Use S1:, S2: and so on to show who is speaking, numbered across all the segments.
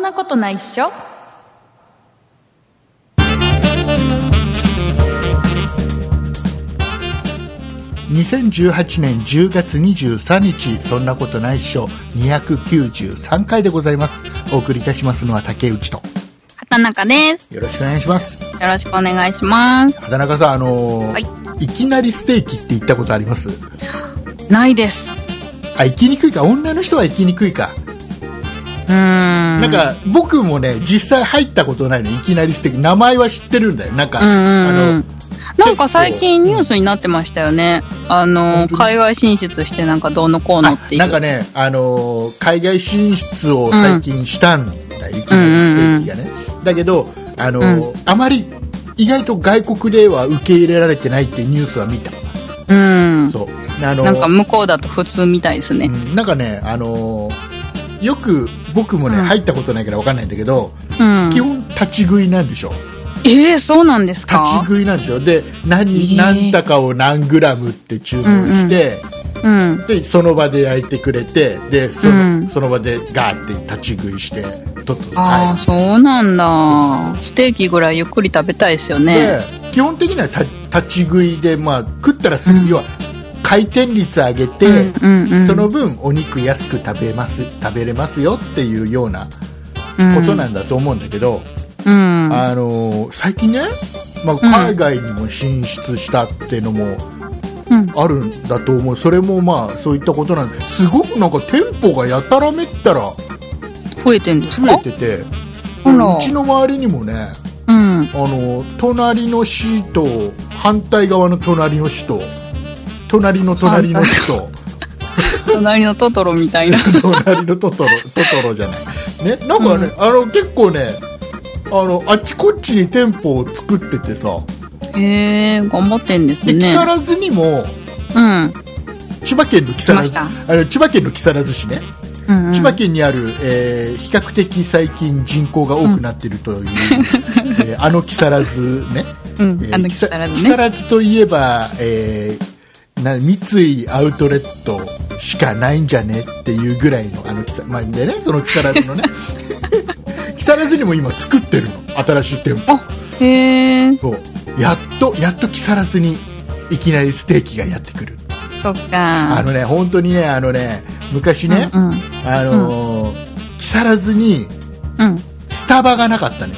S1: なことないっしょ
S2: 2018年10月23日、そんなことないっしょ、293回でございます。お送りいたしますのは竹内と。
S1: 畑中です
S2: よろしくお願いします。
S1: よろしくお願いします
S2: 畑中さん、あのー
S1: はい
S2: い、きなりステーキって言ったことあります
S1: ないです
S2: あ、行きにくいか。女の人は行きにくいか。
S1: うーんな
S2: なんか、僕もね、実際入ったことないの、いきなりステーキ。名前は知ってるんだよ。なんか、
S1: うんうんう
S2: あ
S1: んなんか最近ニュースになってましたよねあの
S2: 本当に
S1: 海外進出してなんかどうのこうの
S2: の
S1: ってい
S2: あなん
S1: う
S2: かね、あのー海外進出を最近したんだよ、いきなりステーキがね。だけど、あのーあまり、意外と外国では受け入れられてないっていうニュースは見た。
S1: うん
S2: そう。あのー
S1: なんか向こうだと普通みたいですね
S2: うんなんかね、あのーよく僕もね、
S1: うん
S2: 入ったことないからわかんないんだけど、
S1: うん
S2: 基本立ち食いなんでしょ
S1: えー、そうなんです
S2: 立ち
S1: か
S2: 食いなんでしょで
S1: え
S2: 何,、
S1: ー
S2: 何高を何グラムって注文して、
S1: うん
S2: でその場で焼いてくれてでその,、
S1: うん
S2: その場でガーって立ち食いしてとっとと帰る
S1: ああそうなんだステーキぐらいゆっくり食べたいですよね
S2: で基本的にはた立ち食いで、まあ、食ったらすぐ、
S1: うん
S2: 要は回転率上げて、
S1: うんうんうん、
S2: その分お肉安く食べます食べれますよっていうようなことなんだと思うんだけど、
S1: うん、うん、
S2: あのー最近ね、まあ、海外にも進出したっていうのも
S1: うん
S2: あるんだと思う、それもまあそういったことなんですごくなんか店舗がやたらめったら
S1: 増えてんです
S2: 増え
S1: か
S2: てて
S1: あら
S2: うちの周りにもね
S1: うん
S2: あの隣の市と反対側の隣の市と隣の隣の市と
S1: 隣のトトロみたいな
S2: 隣のトトロトトロじゃないねなんかね、あの結構ねあのあっちこっちに店舗を作っててさ
S1: へえ頑張ってんです
S2: で木
S1: ね
S2: 更津にも
S1: うん
S2: 千葉県の木
S1: 来ま
S2: 更
S1: し
S2: 津
S1: た
S2: あの千葉県の木更津市ね、
S1: うんうん
S2: 千葉県にある、えー比較的最近人口が多くなっている という、えーあの木更津ね
S1: うん
S2: えー
S1: あの
S2: 木
S1: 木更
S2: 更木
S1: 津ね
S2: 更津といえば、えーな三井アウトレットしかないんじゃねっていうぐらいのあの木更、まあでね、その木更津 のね木更津にも今作ってるの新しい店舗
S1: へえ
S2: そうやっとやっと木更津にいきなりステーキがやってくる、
S1: そっ
S2: あ
S1: か
S2: のね本当にねあのね昔ね、
S1: うんうん
S2: あのー木更津に
S1: うん
S2: スタバがなかったの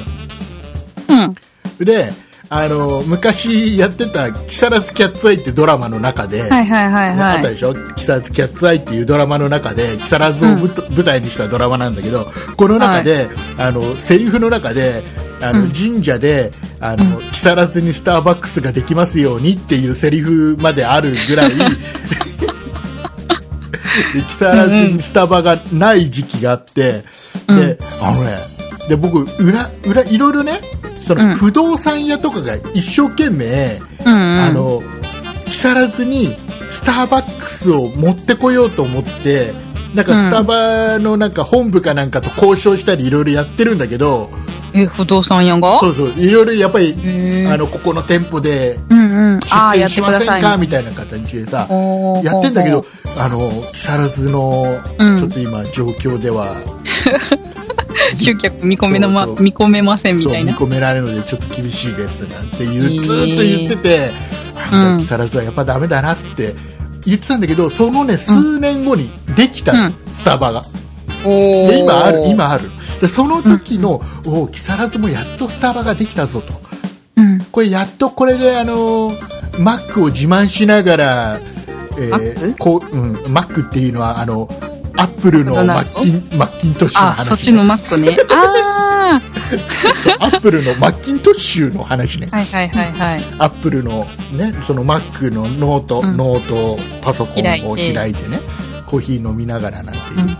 S2: よ
S1: うん
S2: であのー昔やってた「木更津キャッツアイ」ってドラマの中で、
S1: はいはいはい
S2: ねあった
S1: はい
S2: でしょ「木更津キャッツアイ」っていうドラマの中で木更津をぶと舞台にしたドラマなんだけどこの中で、あのセリフの中であの
S1: うん
S2: 神社で、あの木更津にスターバックスができますようにっていうセリフまであるぐ らいで木更津にスタバがない時期があって、
S1: うん
S2: であのねで僕裏裏いろいろねそ
S1: うん
S2: の不動産屋とかが一生懸命、
S1: うんうん
S2: あの木更津にスターバックスを持ってこようと思ってなんか
S1: うん
S2: スタバのなんか本部かなんかと交渉したりいろいろやってるんだけど、
S1: え不動産屋が
S2: そうそういろいろやっぱり、
S1: へえ
S2: あのここの店舗で
S1: うんうんあ
S2: 出
S1: あや
S2: 店
S1: ってく
S2: しま
S1: だ
S2: せん
S1: さい
S2: かみたいな形でさ
S1: おー
S2: やってんだけ
S1: ほ
S2: ど
S1: うほ
S2: あの木更津の
S1: うん
S2: ちょっと今状況で は、
S1: う集客見込めなま
S2: そうそう
S1: 見込めませんみ
S2: そう
S1: たい
S2: 見
S1: な
S2: 込められるのでちょっと厳しいですなんていう、
S1: へー
S2: ずーっと言ってて、
S1: う
S2: あ
S1: ん
S2: 木更津はやっぱダメだなって言ってたんだけどそのね数年後にできた
S1: う
S2: の、
S1: ん
S2: スタバが
S1: おー
S2: で今ある今あるでその時の、お木更津もやっとスタバができたぞと
S1: うん
S2: これやっとこれであのーマックを自慢しながら、え
S1: マック
S2: こううん、マックっていうのはあのアップルの
S1: マクドナ
S2: マ
S1: ルド
S2: ッキンマッキントッシュの話、
S1: あ、そっちのマックね。あ
S2: そうアップルのマッキントッシュの話ね
S1: あ、はいはいはいはい。
S2: アップルのねその Mac のノート、
S1: うん
S2: ノートパソコンを
S1: 開いて
S2: 開いてねコーヒー飲みながらなんていう、
S1: うん
S2: えー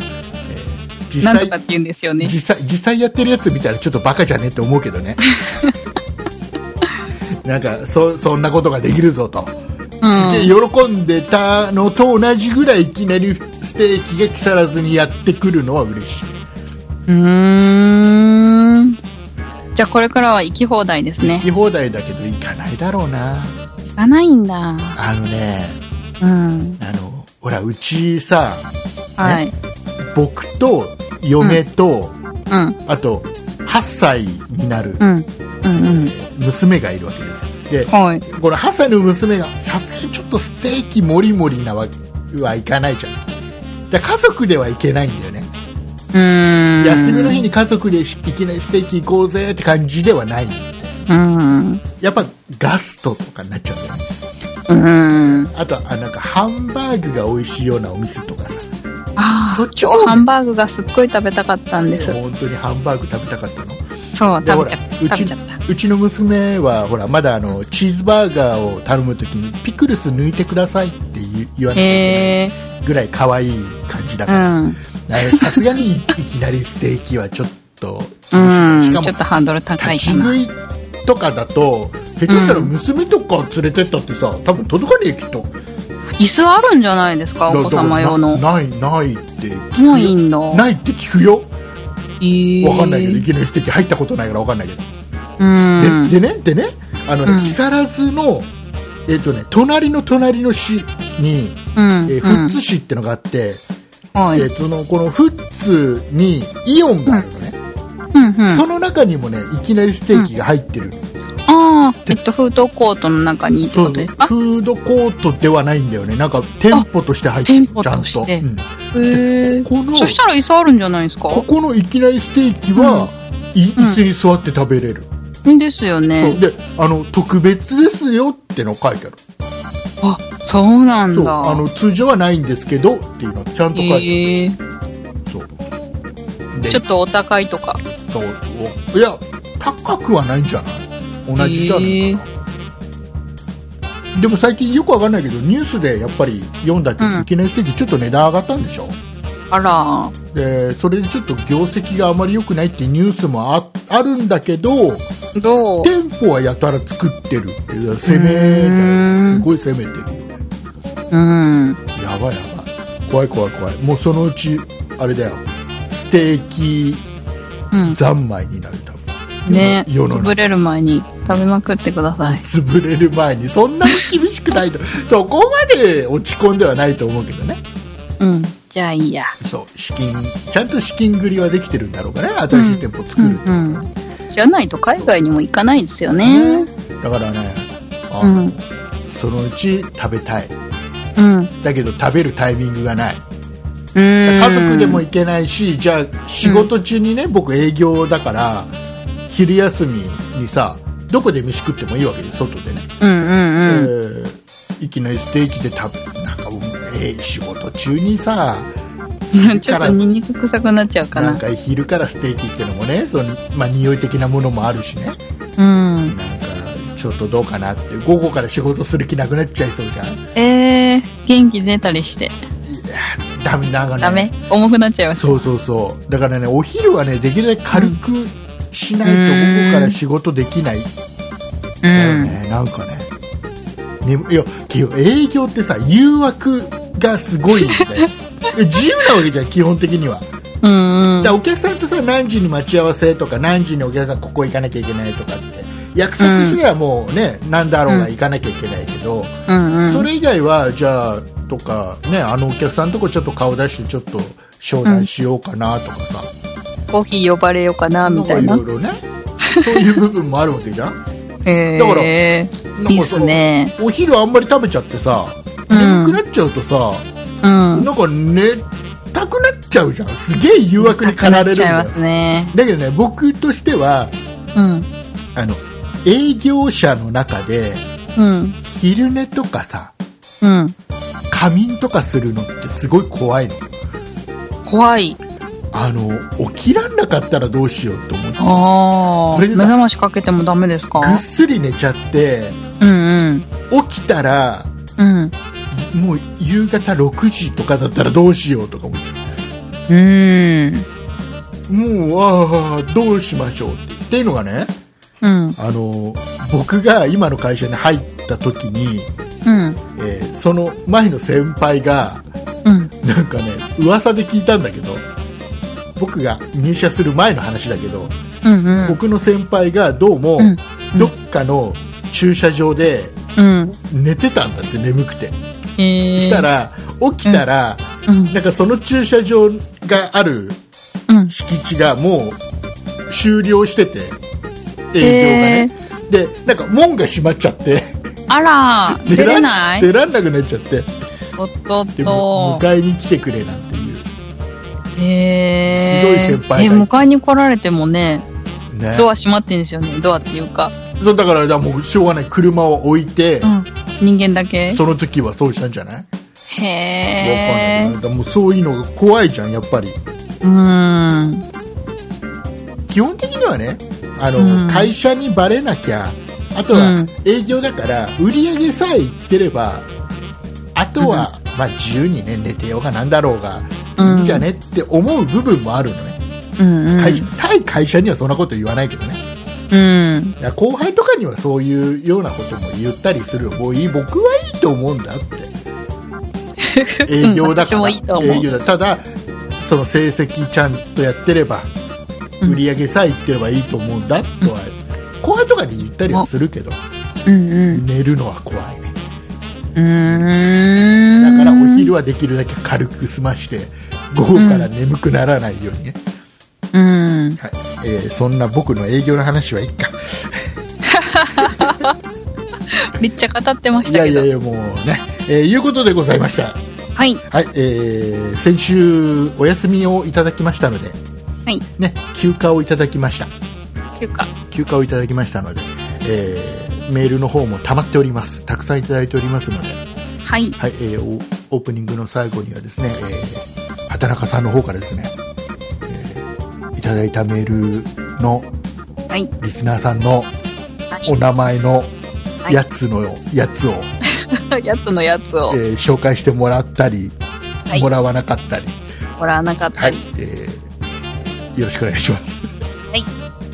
S2: 実
S1: なんと
S2: 際
S1: かって言うんですよね。
S2: 実際実際やってるやつ見たらちょっとバカじゃねって思うけ どねなんかそそんなことができるぞと、
S1: うん。
S2: で喜んでたのと同じぐらいいきなりステーキが木更津にやってくるのは嬉しいう
S1: ーん。じゃあこれからは行き放題です
S2: 行
S1: ね。
S2: き放題だけど行かないだろうな
S1: 行かないんだ。
S2: あのね
S1: うん。
S2: あのほらうちさ
S1: はい。
S2: 僕と嫁と、
S1: うん
S2: あと8歳になる
S1: うんうんうん
S2: 娘がいるわけですよで
S1: はい
S2: この8歳の娘がさすがにちょっとステーキもりもりなわけはいかないじゃんだから家族ではいけないんだよね
S1: うーん
S2: 休みの日に家族でしいきなりステーキ行こうぜって感じではない
S1: うんう
S2: やっぱガストとかになっちゃうんだよね
S1: ーん
S2: あとはあなんかハンバーグが美味しいようなお店とかさ
S1: あ
S2: そっち
S1: あ
S2: を
S1: ハンバーグがすっごい食べたかったんです
S2: 本当にハンバーグ食べたかったの
S1: そう
S2: でほ
S1: 食べ
S2: ら
S1: ちゃ食
S2: うち
S1: べちゃった
S2: うちの娘はほらまだあのチーズバーガーを頼むときにピクルス抜いてくださいって言う言わなきゃいけ
S1: へえ
S2: ないぐらい可愛い感じだ
S1: う
S2: から
S1: ん
S2: あれさすがにいいきなりステーキはちょっと
S1: うん
S2: しかも
S1: ちょっとハードル高い
S2: 立ち
S1: かな
S2: 食いとかだと下手したら娘とか連れてったってさ、多分届かねえきっと
S1: 椅子あるんじゃないですかお子様用の
S2: だからなないないって聞くよ
S1: もういいの
S2: ないって聞くよ
S1: ええ
S2: わかんないけどいきなりステーキ入ったことないからわかんないけど、
S1: うん
S2: ででねでねあのね、
S1: うん
S2: 木更津のえっ、とね隣の隣の市に、
S1: うんう
S2: えー
S1: ん
S2: 富津市ってのがあって、
S1: はい
S2: えーそのこの富津にイオンがあるのね、
S1: うんうん
S2: その中にもねいきなりステーキが入ってる、
S1: ああ、えっと、フードコートの中にって
S2: そ
S1: こ
S2: う
S1: とです
S2: フ
S1: か
S2: ードコートではないんだよねなんか店舗として入って
S1: あ
S2: る
S1: 店舗
S2: ちゃん
S1: とし
S2: と、
S1: て
S2: うん
S1: へえ。
S2: この
S1: そしたら椅子あるんじゃないですか
S2: ここのいきなりステーキは、い椅子に座って食べれる、
S1: ですよ
S2: そう
S1: ね。
S2: であの特別ですよっての書いてある
S1: あ、そうなん
S2: そう
S1: だ。
S2: あの通常はないんですけどっていうのちゃんと書いて
S1: へえ
S2: ある、そうで
S1: ちょっとお高いとか。
S2: そうおいや高くはないんじゃない同じじゃないかな、でも最近よくわかんないけどニュースでやっぱり読んだけど、
S1: うん
S2: いきなりステーキちょっと値段上がったんでしょ
S1: あら。
S2: でそれでちょっと業績があまり良くないってニュースもああるんだけど
S1: どう
S2: 店舗はやたら作ってるっていう攻めだよ
S1: うー
S2: ね
S1: ん
S2: すごい攻めてるよね
S1: うん。
S2: やばいやばい怖い怖い怖いもうそのうちあれだよステーキ
S1: うん。
S2: 三昧になる多分
S1: ね
S2: 世の
S1: 潰
S2: 中
S1: れる前に食べまくってください。
S2: 潰れる前にそんなに厳しくないと そこまで落ち込んではないと思うけどね
S1: うん。じゃあいいや。
S2: そう資金ちゃんと資金繰りはできてるんだろうかね新しい店舗作
S1: う
S2: る
S1: ん
S2: っていう
S1: う
S2: のはね
S1: ん。じゃないと海外にも行かないですよね。
S2: だからねあ
S1: う
S2: の、
S1: ん。
S2: そのうち食べたい
S1: うん。
S2: だけど食べるタイミングがない
S1: 家
S2: 家族でも行けないしじゃあ仕事中にね、僕営業だから昼休みにさどこで飯食ってもいいわけで外でね、
S1: うんうんうん。
S2: えーいきなりステーキで食べなんかもうえー仕事中にさ
S1: ちょっとニンニク臭くなっちゃうか
S2: な。
S1: なん
S2: か昼からステーキってのもねその、まあ、匂い的なものもあるしね
S1: うん。
S2: なんかちょっとどうかなって午後から仕事する気なくなっちゃいそうじゃんい
S1: えー、元気出たりして。
S2: やーダメなんかね
S1: ダメ、重くなっちゃいます。
S2: そうそうそうだからねお昼はねできるだけ軽くしないと
S1: うん
S2: 午後から仕事できないん
S1: う
S2: だよ。ね、なんかね眠いや基本営業ってさ誘惑がすごいんだ よ自由なわけじゃん基本的には
S1: うんうん
S2: だからお客さんとさ何時に待ち合わせとか何時にお客さんここ行かなきゃいけないとかって約束してはもうね、なん、だろうが行かなきゃいけないけど、
S1: うんうん。
S2: それ以外はじゃあとかねあのお客さんとこちょっと顔出してちょっと商談しようかなとかさ、
S1: コーヒー呼ばれようかな、みたいな。
S2: んかいろいろねそういう部分もあるわけじゃんなんか
S1: えー、 いいっ
S2: そ
S1: す
S2: の
S1: ね。
S2: お昼あんまり食べちゃってさ
S1: うん
S2: 眠くなっちゃうとさ、
S1: うん。
S2: なんか寝たくなっちゃうじゃんすげえ誘惑に駆られるん
S1: ち
S2: だ
S1: ゃい
S2: よ
S1: ますね。
S2: だけどね僕としては
S1: うん。
S2: あの営業者の中で
S1: うん。
S2: 昼寝とかさ
S1: うん。
S2: 仮眠とかするのってすごい怖いの
S1: 怖い。
S2: あの起きらんなかったらどうしようと思って
S1: ああ。
S2: これ
S1: 目
S2: でさ
S1: 覚ましかけてもダメですか
S2: ぐっすり寝ちゃって
S1: うんうん。
S2: 起きたら
S1: うん。
S2: もう夕方6時とかだったらどうしようとか思っち
S1: う
S2: ゃう
S1: ん。
S2: もうああどうしましょうってっていうのがね
S1: うん。
S2: あの僕が今の会社に入った時に、
S1: うん。
S2: えーその前の先輩が
S1: うん。
S2: なんかね噂で聞いたんだけど僕が入社する前の話だけど、
S1: うんうん。
S2: 僕の先輩がどうも、
S1: うん
S2: どっかの駐車場で
S1: うん。
S2: 寝てたんだって眠くて、
S1: えー。
S2: した、ら起きたら、
S1: うん。
S2: なんかその駐車場がある
S1: うん。
S2: 敷地がもう終了してて営業がね、でなんか門が閉まっちゃって
S1: あら、出れない
S2: 出らんなくなっちゃって
S1: おっとっ
S2: で
S1: と。
S2: 迎えに来てくれなんていう、
S1: へえ。
S2: ひどい先輩がい
S1: え、
S2: て
S1: 迎えに来られてもね、
S2: ね、
S1: ドア閉まってんですよね。ドアっていうか。
S2: そうだからだからもうしょうがない車を置いて
S1: う、ん。人間だけ。
S2: その時はそうしたんじゃない、
S1: へ
S2: わかん
S1: え
S2: ない。だからもうそういうのが怖いじゃんやっぱり
S1: うーん。
S2: 基本的にはねあの、
S1: うん
S2: 会社にバレなきゃあと
S1: う
S2: は
S1: ん
S2: 営業だから売り上げさえいってればあとは、まあ、自由に、ね、寝てようがなんだろうがいいんじゃねって思う部分もあるのね、
S1: うんうん。
S2: 会社対会社にはそんなこと言わないけどね
S1: うん。
S2: いや後輩とかにはそういうようなことも言ったりするもういい僕はいいと思うんだっ て営業だか
S1: 私も
S2: ら
S1: いいと思う
S2: 営業だただその成績ちゃんとやってれば
S1: うん
S2: 売り上げさえいってればいいと思うんだとは、後輩とかに言ったりはするけど
S1: うんうん。
S2: 寝るのは怖いね
S1: うーん。
S2: だからお。昼はできるだけ軽く済まして午後から眠くならないようにね、
S1: うん。
S2: はいえーそんな僕の営業の話はいっか
S1: めっちゃ語ってまし
S2: い
S1: た
S2: や
S1: け
S2: いやい
S1: ど。
S2: やもうね、えーいうことでございました
S1: はい。
S2: はい、えー先週お休みをいただきましたので、
S1: はい。
S2: ね、休暇をいただきました
S1: っていうか。
S2: 休暇をいただきましたので、えーメールの方も溜まっておりますたくさんいただいておりますので、
S1: はい。
S2: はいえーおオープニングの最後にはですね、えー畑中さんの方からですね、えーいただいたメールの
S1: はい。
S2: リスナーさんの
S1: はい
S2: お名前の
S1: はい
S2: やつのやつを、
S1: やつのやつを
S2: えー紹介してもらったり、
S1: はい
S2: もらわなかったり、
S1: もらわなかったり。
S2: えーよろしくお願いします。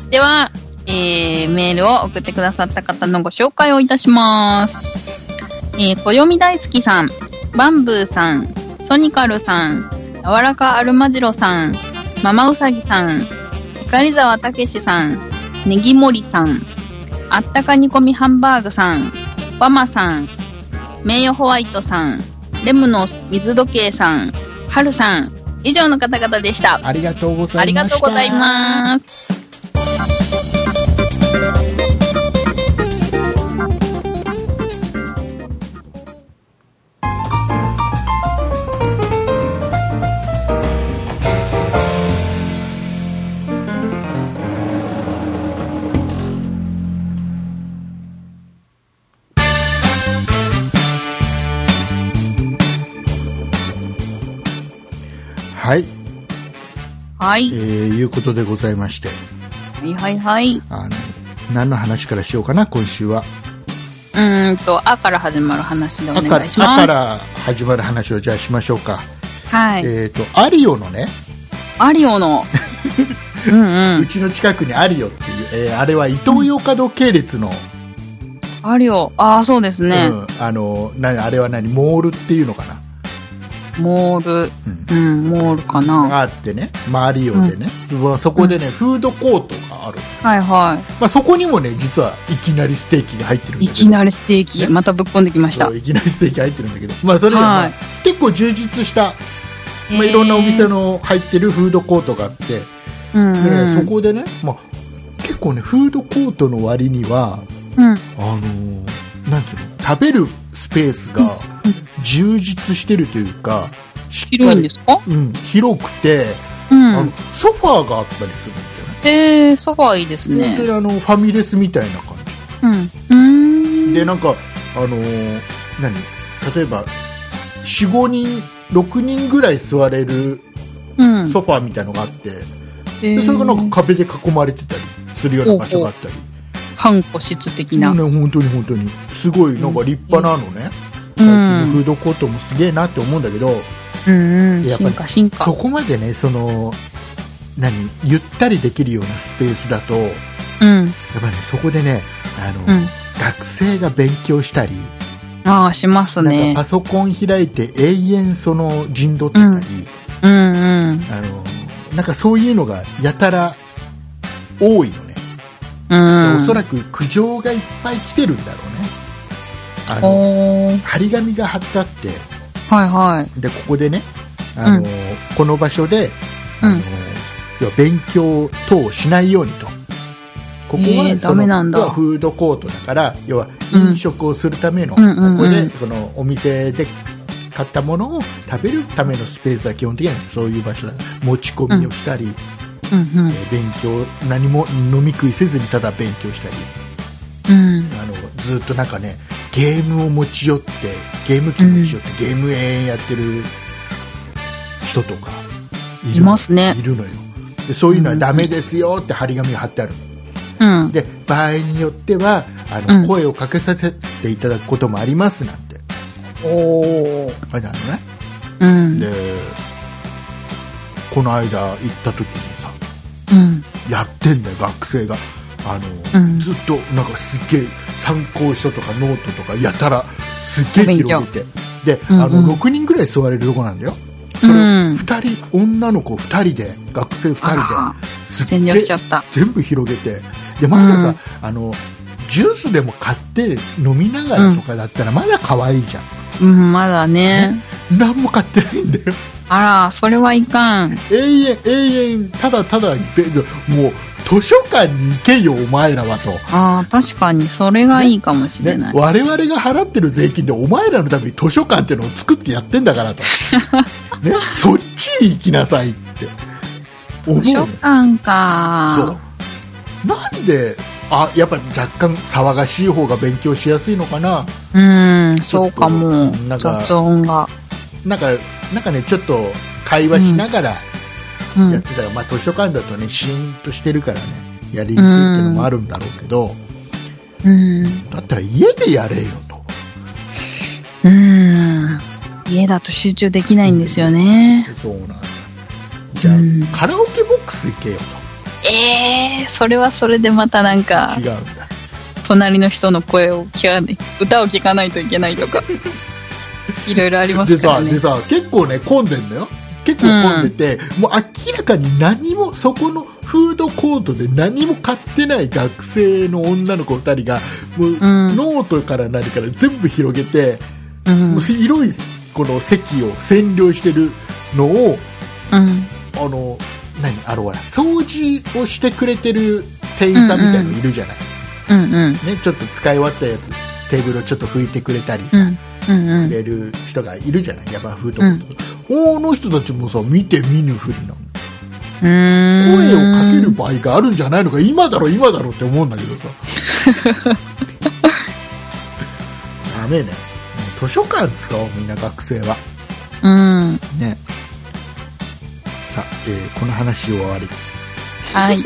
S1: では、えー、メールを送ってくださった方のご紹介をいたします。えー、こよみ大好きさん、バンブーさん、ソニカルさん、柔らかアルマジロさん、ママウサギさん、光沢たけしさん、ネギモリさん、あったか煮込みハンバーグさん、バマさん、名誉ホワイトさん、レムの水時計さん、ハルさん、以上の方々でした。
S2: ありがとうござ
S1: あ
S2: い
S1: り
S2: ま
S1: が
S2: し
S1: と
S2: た
S1: うございます。
S2: はい、
S1: は
S2: えー
S1: い。
S2: いうことでございまして、
S1: はいはいはい。
S2: あの、何の話からしようかな、今週は。
S1: うーんと、あから始まる話でお
S2: あか
S1: 願
S2: ら、
S1: いしま
S2: あ
S1: す。
S2: から始まる話をじゃあしましょうか。
S1: はい。
S2: えっ、と、アリオのね、
S1: アリオ の。うんう。
S2: うんちの近くにアリオっていう、えーあれは伊東洋華堂系列の、
S1: アリオ。ああ、そうです
S2: うん
S1: ね。
S2: あの、なあれは何、モールっていうのかな。
S1: モール。
S2: うん
S1: うん、モールかな。
S2: があってね、まあ、アリオでね、まあそこでね、フードコートがある、
S1: はいは
S2: まあ、そこにもね実はいきなりステーキが入ってるん
S1: い。
S2: だ
S1: い
S2: けど
S1: きなりステーキ。
S2: ね
S1: またぶっこんできました
S2: そう。いきなりステーキ入ってるんだけど、まあ、それでも、まあ
S1: はい
S2: 結構充実した、まあ、
S1: へー
S2: いろんなお店。の入ってるフードコートがあって、
S1: うん
S2: でね
S1: うん。
S2: そこでね、まあ、結構ねフードコートの割には
S1: うん。
S2: あのーなんていうの食べるスペースが
S1: うん
S2: 充実してるというか、しっ
S1: 広いんですか
S2: うん、広くて、
S1: う
S2: あ
S1: ん
S2: の。ソファーがあったりするんだよね
S1: へえ、ソファーいいです
S2: 本当
S1: ね。
S2: にあのファミレスみたいな感じ
S1: うん。うーん。
S2: でなんかあのー何例えば45人6人ぐらい座れる
S1: うん。
S2: ソファーみたいのがあって、
S1: へ
S2: で
S1: ー
S2: それがなんか壁で囲まれてたりするような場所があったり、
S1: 半個室的な。
S2: ね、本当に本当にすごいなんか立派なのね、
S1: う
S2: 最近のフ
S1: ん。
S2: ードコートもすげえなって思うんだけど、
S1: うんうん。
S2: やっぱり
S1: 進化進
S2: そ
S1: 化。
S2: こまでねその何ゆったりできるようなスペースだとやっ
S1: うん。
S2: ぱねそこでねあの、
S1: うん。
S2: 学生が勉強したり、
S1: ああ、します
S2: なん
S1: ね
S2: か。パソコン開いて永遠その陣取ってたり、
S1: うんうんうん。
S2: あのなんかそういうのがやたら多いのね、
S1: うん。
S2: おそらく苦情がいっぱい来てるんだろうねあの
S1: おー
S2: 張り紙が貼ってあって
S1: はいはい。
S2: でここでねあの、この場所で、あの
S1: うん
S2: 要は勉強等をしないようにとここ
S1: え
S2: は
S1: ー
S2: そ
S1: ダメな
S2: の
S1: んだ
S2: 要はフードコートだから要は
S1: うん
S2: 飲食をするための、
S1: うんうんうん
S2: ここでそのお店で買ったものを食べるためのスペースは基本的にはそういう場所だ持ち込みをしたり、
S1: うん
S2: えー勉強何も飲み食いせずにただ勉強したり
S1: うんうん
S2: あのずっとなんかねゲームを持ち寄ってゲーム機持ち寄って、ゲーム永遠やってる人とかい
S1: いますね
S2: いるのよでそういうのはダメですよって張り紙が貼ってある
S1: うん
S2: で場合によってはあの、
S1: うん
S2: 声をかけさせていただくこともありますなんて
S1: おお
S2: 書いてあるのね
S1: うん
S2: でこの間行った時にさ
S1: うん
S2: やってんだよ学生があの、
S1: うん
S2: ずっとなんかすっげえ参考書とかノートとかやたらすっげえ広げてで、
S1: うんうん
S2: あの6人ぐらい座れるとこなんだよそれ
S1: うん
S2: 2人女の子2人で学生2
S1: あら
S2: 人ですっ
S1: 占
S2: げ
S1: 領しちゃ
S2: え
S1: った
S2: 全部広げてでまださ、あのジュースでも買って飲みながらとかだったらまだ可愛いじゃん、
S1: うんまだね
S2: 何も買ってないんだよ
S1: あらそれはいかん
S2: 永遠永遠ただただべもう図書館に行けよお前らはと
S1: あー確かにそれがいいかもしれ
S2: ね
S1: ない、
S2: 我々が払ってる税金でお前らのために図書館っていうのを作ってやってんだか らと、ね、そっちに行きなさいって思う
S1: 図
S2: よ
S1: 書館
S2: そ
S1: か
S2: うなんであやっぱ若干騒がしい方が勉強しやすいのかな
S1: うんそうかも
S2: なんか
S1: 雑音が
S2: なんかなんかねちょっと会話しながら
S1: う
S2: やっ
S1: ん
S2: てたら、まあ、図書館だとねシーンとしてるからねやりにくいっていうのもあるんだろうけど、
S1: うん
S2: だったら家でやれよと
S1: うん家だと集中できないんですよね
S2: そうなんだじゃあ、
S1: うん
S2: カラオケボックス行けよ
S1: えー、それはそれでまたなんか
S2: と違うんだ
S1: 隣の人の声を聞かない歌を聞かないといけないと かいろいろありま
S2: です
S1: か
S2: さ
S1: らね
S2: でさ結構ね混んでんだよ結構混んでて、もう明らかに何もそこのフードコートで何も買ってない学生の女の子2人がもう、
S1: ん
S2: ノートから何から全部広げて、
S1: うん
S2: もう広いこの席を占領してるのを
S1: うん
S2: あの何あのほら掃除をしてくれてる店員さんみたいのいるじゃない、
S1: うんうん
S2: ね、ちょっと使い終わったやつテーブルをちょっと拭いてくれたりさ、
S1: うんうんう
S2: く
S1: ん
S2: れる人がいるじゃないヤバフードコート、あの人たちもさ見て見ぬふり
S1: う
S2: なの
S1: ーん
S2: 声をかける場合があるんじゃないのか今だろ今だろって思うんだけど さダメね図書館使おうみんな学生は
S1: うん
S2: ねさえーこの話終わり
S1: はい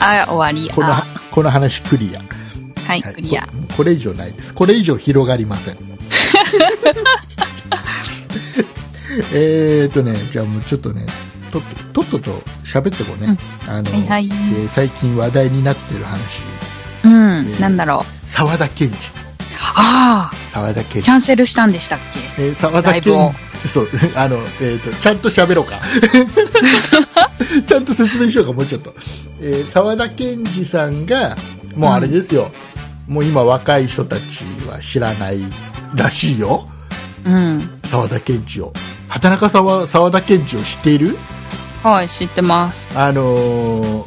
S1: あ終わり
S2: この
S1: あ
S2: この話クリア
S1: はい
S2: はい
S1: クリア
S2: ここれ以上ないですこれ以上広がり ませんえーとねじゃあもうちょっとねとっととっとと喋ってこうね、あの、
S1: はいはい
S2: えー最近話題になってる話
S1: うん
S2: ー
S1: なんだろう
S2: 沢田研二
S1: ああ
S2: 沢田研
S1: キャ
S2: 二
S1: ンセルしたんでしたっけ
S2: えー沢
S1: ラ
S2: 田
S1: イブ
S2: 研
S1: を
S2: 二そう あの、えー、とちゃんと喋ろうか ちゃんと説明しようかもうちょっと、えー沢田研二さんがもうあれですよ、もう今若い人たちは知らないらしいよ
S1: うん
S2: 沢田研二を畑中さんは沢田研二を知っている
S1: はい知ってます
S2: あのー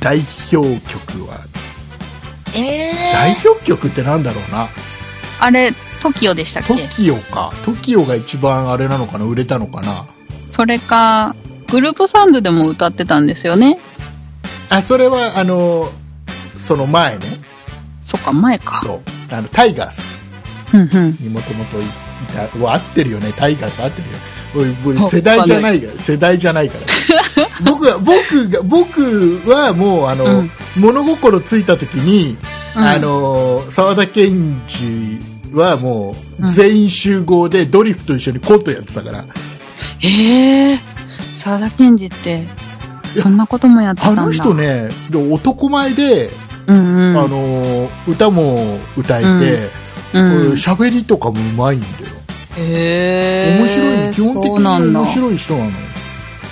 S2: 代表曲は
S1: え
S2: 代
S1: え
S2: 表曲ってなんだろうな
S1: あれ TOKIO でしたっけ
S2: TOKIO か TOKIO が一番あれなのかな売れたのかな
S1: それかグループサウンドでも歌ってたんですよね
S2: あそれはあのーその前ね
S1: そっか前か
S2: そうあのタイガース
S1: うんうん
S2: にもともといたうわ合ってるよねタイガース合ってるよ俺俺
S1: あ
S2: 世代じゃないから世代じゃないから 僕は僕が僕はもうあの、
S1: うん
S2: 物心ついた時に、
S1: うん
S2: あの沢田研二はも
S1: う
S2: うん全員集合でドリフと一緒にコントやってたから、
S1: ええ沢田研二ってそんなこともやってた
S2: あ
S1: んだ
S2: の人ねで男前で、
S1: うんうん
S2: あの歌も歌えて
S1: うん、
S2: 喋、りとかもうまいんだよ
S1: へえ
S2: 面白いね、基本的
S1: そうなん
S2: に
S1: だ
S2: 面白い人なの
S1: う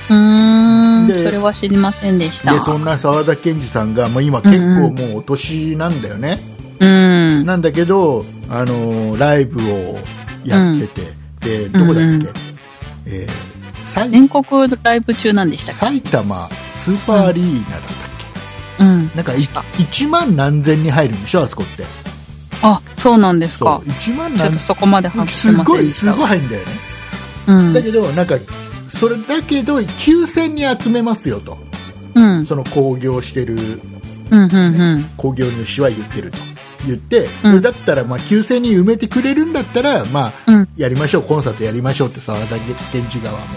S1: ーん
S2: で
S1: それは知りませんでした
S2: でそんな沢田研二さんが、まあ、今結構もうお年なんだよね、
S1: うん
S2: なんだけど、あのーライブをやってて、でどこだっけ、
S1: うんうん
S2: えー埼
S1: 全国ライブ中なんでしたっ
S2: 埼玉スーパーアリーナだったっ
S1: けうん
S2: け、なんかい
S1: 確か
S2: 1万何千に入るんでしょあそこって
S1: あそうなんです
S2: そう
S1: か
S2: 1万
S1: ちょっ
S2: 何
S1: とそこまで把握して
S2: す
S1: ま
S2: ご
S1: せん
S2: い
S1: でし
S2: す
S1: た
S2: ごい入るんだよね、
S1: うん
S2: だけどなんかそれだけど9000に集めますよと
S1: うん
S2: その興行してる
S1: うんうんうん
S2: 興行主は言ってると言ってそ
S1: うん
S2: れだったらまあ9000人埋めてくれるんだったらまあ
S1: うん
S2: やりましょうコンサートやりましょうって沢田源氏側も、
S1: うん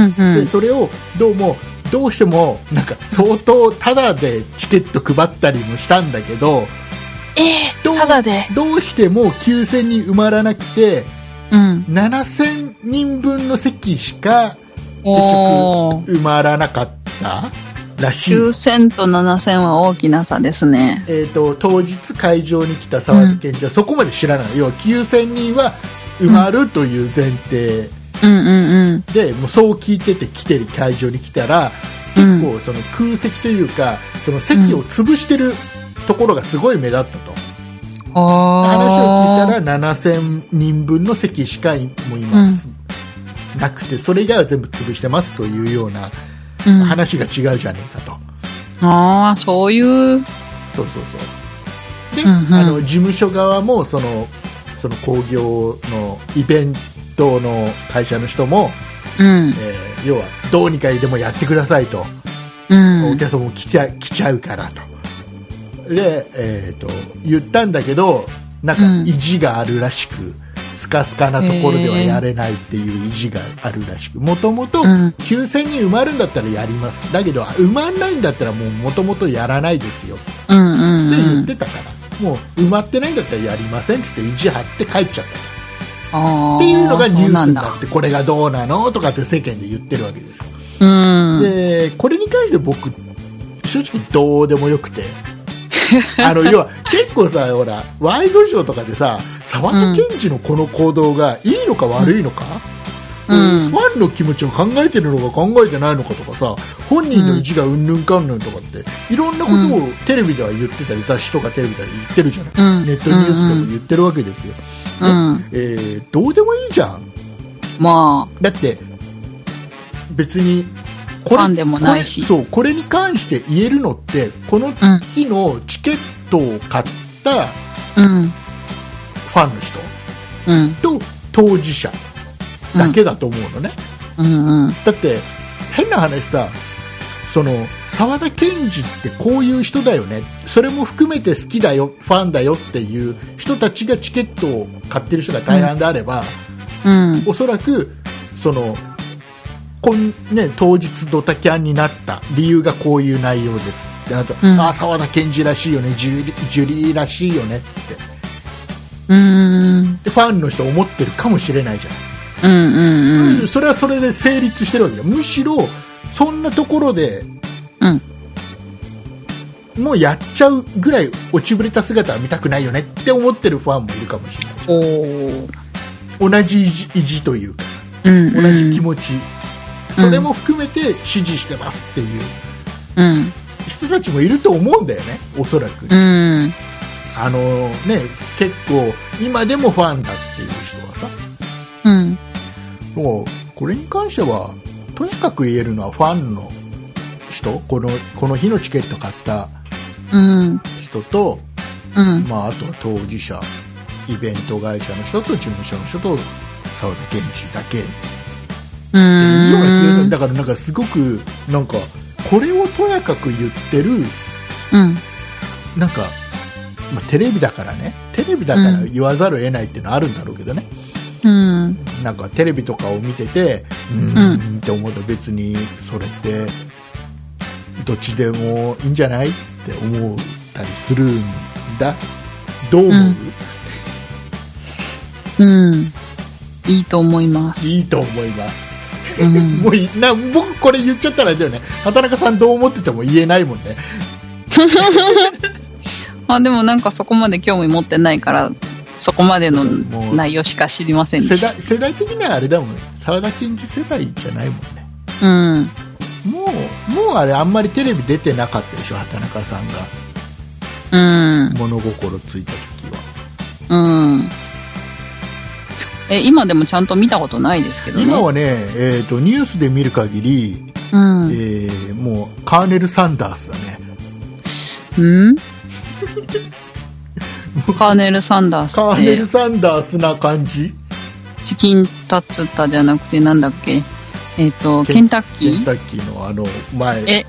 S1: う
S2: で
S1: ん
S2: それをどうもどうしてもなんか相当タダでチケット配ったりもしたんだけど
S1: え
S2: どう
S1: ー、ただで
S2: どうしても9000人埋まらなくて
S1: うん
S2: 7000人分の席しか
S1: おお
S2: 埋まらなかったらしいの
S1: 9000と7000は大きな差ですね
S2: えー、と当日会場に来た沢田研二はそこまで知らない、要は9000人は埋まるという前提
S1: うんうん
S2: で、もうそう聞いてて来てる会場に来たら
S1: う
S2: 結
S1: ん
S2: 構その空席というかその席を潰してるところがすごい目立ったと、
S1: うん話
S2: 話を聞いたら7000人分の席しかもう今、
S1: うん
S2: つなくてそれ以外は全部潰してますというような
S1: たら、うん、
S2: 話が違うじゃねえかと。
S1: ああそういう
S2: そうそうそうで、
S1: うんうん
S2: あの事務所側もそのその興行のイベントの会社の人も、
S1: うん
S2: えー要はどうにかでもやってくださいと、
S1: うん
S2: お客様も来ちゃ来ちゃうからとで、えー、と言ったんだけどなん
S1: うん
S2: か意地があるらしく、スカスカなところではやれないっていう意地があるらしくもとも
S1: う
S2: と
S1: ん
S2: 9000人埋まるんだったらやりますだけど埋まんないんだったらもともとやらないですよ
S1: うんうん
S2: って
S1: う
S2: 言っ
S1: ん
S2: てたから、もう埋まってないんだったらやりませんっつって意地張って帰っちゃった
S1: あー
S2: っていうのがニュ
S1: そう
S2: ー
S1: な
S2: ス
S1: ん
S2: に
S1: だ
S2: なってこれがどうなのとかって世間で言ってるわけです、
S1: うん
S2: でこれに関して僕正直どうでもよ くてあの要は結構さほらワイドショーとかでさ沢田研二のこの行動がいいのか悪いのか、
S1: うん
S2: ファンの気持ちを考えてるのか考えてないのかとかさ本人の意地がうんぬんかんぬんとかっていろんなことをテレビでは言ってたり雑誌とかテレビでは言ってるじゃない、
S1: うん
S2: ネットニュースでも言ってるわけですよ、
S1: うん
S2: えーどうでもいいじゃん
S1: ま
S2: だって別に
S1: あフ
S2: こ
S1: ァンでもないし
S2: これそうこれに関して言えるのってこの
S1: うん
S2: 日のチケットを買ったフ
S1: うん
S2: ァンの人
S1: うん
S2: と当事者だけだと思うのね、
S1: うんうん
S2: だって変な話さその沢田研二ってこういう人だよねそれも含めて好きだよファンだよっていう人たちがチケットを買ってる人が大半であれば、
S1: うん
S2: おそらくそのこん、ね、当日ドタキャンになった理由がこういう内容ですであと、
S1: うん
S2: あー沢田研二らしいよねジュリジュリーらしいよねって
S1: うん
S2: でファンの人思ってるかもしれないじゃん
S1: うんうんうん
S2: それはそれで成立してるわけだむしろそんなところで、もうやっちゃうぐらい落ちぶれた姿は見たくないよねって思ってるファンもいるかもしれない
S1: おー
S2: 同じ意地意地というかさ
S1: うん
S2: 同じ気持ち、
S1: うん
S2: それも含めて支持してますっていう
S1: うん
S2: 人たちもいると思うんだよねおそらく、
S1: うん
S2: あのね結構今でもファンだっていう人はさ
S1: うん
S2: もうこれに関してはとにかく言えるのはファンの人このこの日のチケット買った
S1: うん
S2: 人と、
S1: うん
S2: まあ、あとは当事者イベント会社の人と事務所の人と沢田研二だけって
S1: う
S2: いうような気がす
S1: ん
S2: るだからなんかすごくなんかこれをとやかく言ってる
S1: うん
S2: なんか、まあ、テレビだからねテレビだから
S1: うん
S2: 言わざるを得ないっていうのはあるんだろうけどね、
S1: うん
S2: なんかテレビとかを見ててうーんって思うと別にそれってどっちでもいいんじゃないって思ったりするんだどう思う、
S1: うんうんいいと思います
S2: いいと思います、
S1: うん
S2: もういな僕これ言っちゃったらあれだよね畑中さんどう思ってても言えないもんね
S1: あでもなんかそこまで興味持ってないからそこまでの
S2: もう
S1: 内容しか知りませんで
S2: 世
S1: した
S2: 代世代的にはあれだもんね沢田研二世代じゃないもんね
S1: うん
S2: もうもうあれあんまりテレビ出てなかったでしょ畑中さんが
S1: うん
S2: 物心ついた時は
S1: うんえ、今でもちゃんと見たことないですけどね。
S2: 今はね、えー、とニュースで見る限り、
S1: うん。
S2: えーもうカーネル・サンダースだね
S1: うんカーネル・サンダ
S2: カ
S1: ース
S2: ー
S1: っ
S2: ネ
S1: て
S2: ル・サンダースな感じ
S1: チキンタツタじゃなくてなんだっけえっ、とケ
S2: ケ
S1: ンタッキ
S2: ケン
S1: ー
S2: タッキーのあの前
S1: え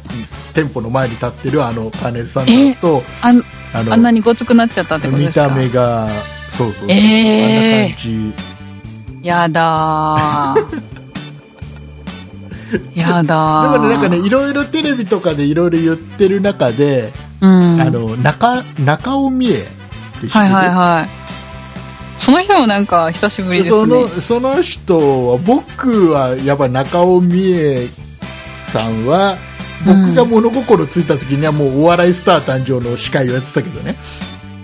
S2: 店舗の前に立ってるあのカーネル・サンダースと
S1: あん
S2: あの
S1: あんなにごつくなっちゃったってことで
S2: 見
S1: すか
S2: た目がそうそう、
S1: えー
S2: あんな感じ
S1: やだー や
S2: だ
S1: だー
S2: からなんかねいろいろテレビとかでいろいろ言ってる中で、
S1: うん、
S2: あの中中尾美恵って知ってる
S1: はいはいはいその人もなんか久しぶりで
S2: そ
S1: すね
S2: のその人は僕はやっぱ中尾美恵さんは僕が物心ついた時にはもうお笑いスター誕生の司会をやってたけどね、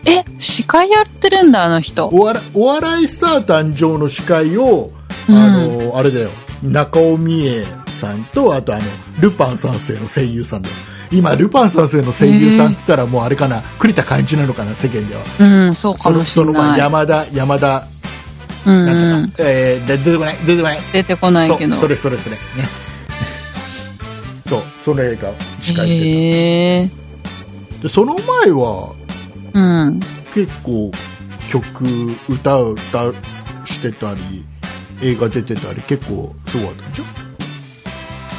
S1: え司会やってるんだあの人
S2: お笑お笑いスター誕生の司会を、
S1: うん
S2: あのあれだよ中尾美恵さんとあとあのルパン三世の声優さんだよ今ルパン三世の声優さんって言ったらもうあれかな栗田寛一なのかな世間では
S1: うんそうか
S2: そ
S1: も
S2: の
S1: し
S2: そ
S1: れ
S2: の前
S1: ない
S2: 山田山田
S1: うん
S2: な
S1: うんん
S2: とか、えーで出てこない出てこない
S1: 出てこないけど
S2: そうそれそれそれね そうその映画司会してた、
S1: へえ
S2: でその前は
S1: うん
S2: 結構曲歌を歌してたり映画出てたり結構すごかったでしょ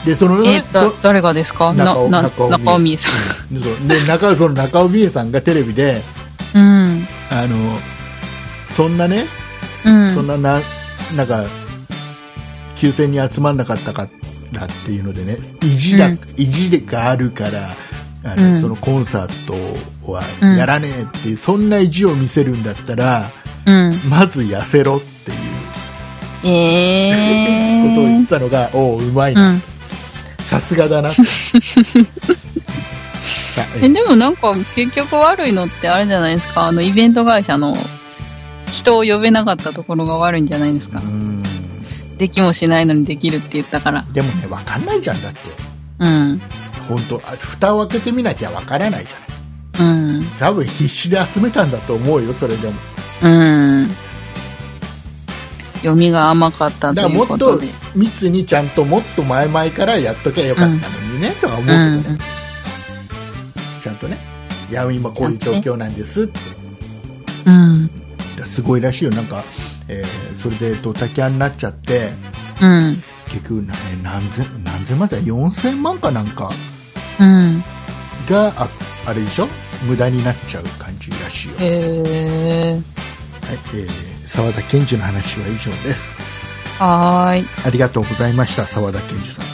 S2: でその
S1: え
S2: ね、
S1: だ誰がですかな
S2: 中尾
S1: な
S2: 中尾美恵
S1: 中尾美恵さ
S2: そでそうで中 その中尾美恵さんがテレビで
S1: んうん
S2: あのそんなね、
S1: うん
S2: そんなななんか休戦に集まんなかったからっていうのでね意地だ、
S1: うん
S2: 意地でがあるからあの、
S1: うん
S2: そのコンサートはやらねえっていう、そんな意地を見せるんだったら
S1: うん
S2: まず痩せろっていう
S1: え
S2: ことを言っ
S1: え
S2: てたのが、おおうま
S1: ー
S2: い
S1: う
S2: な、
S1: ん
S2: さすが だなってさ
S1: えでもなんか結局悪いのってあれじゃないですかあのイベント会社の人を呼べなかったところが悪いんじゃないです
S2: う
S1: か、
S2: ーん
S1: できもしないのにできるって言ったから
S2: でもね分かんないじゃんだって
S1: うん
S2: 本当あ蓋を開けてみなきゃ分からないじゃない
S1: うん
S2: 多分必死で集めたんだと思うよそれでも
S1: うん読みが甘かったと
S2: だから
S1: い
S2: も
S1: う
S2: っ
S1: こと
S2: と
S1: で
S2: 密にちゃんともっと前々からやっときゃよかったのにね、とは思うけどね、
S1: うん
S2: ちゃんとねいや今こういう状況なんですって
S1: うん
S2: すごいらしいよなんか、えーそれでドタキャンになっちゃって
S1: うん
S2: 結局な何千何千万じゃない4000万かなんか
S1: うん
S2: がああれでしょ無駄になっちゃう感じらしいよ、はい
S1: へえ
S2: えー沢田研二の話は以上です
S1: はーい
S2: ありがとうございました沢田研二 さん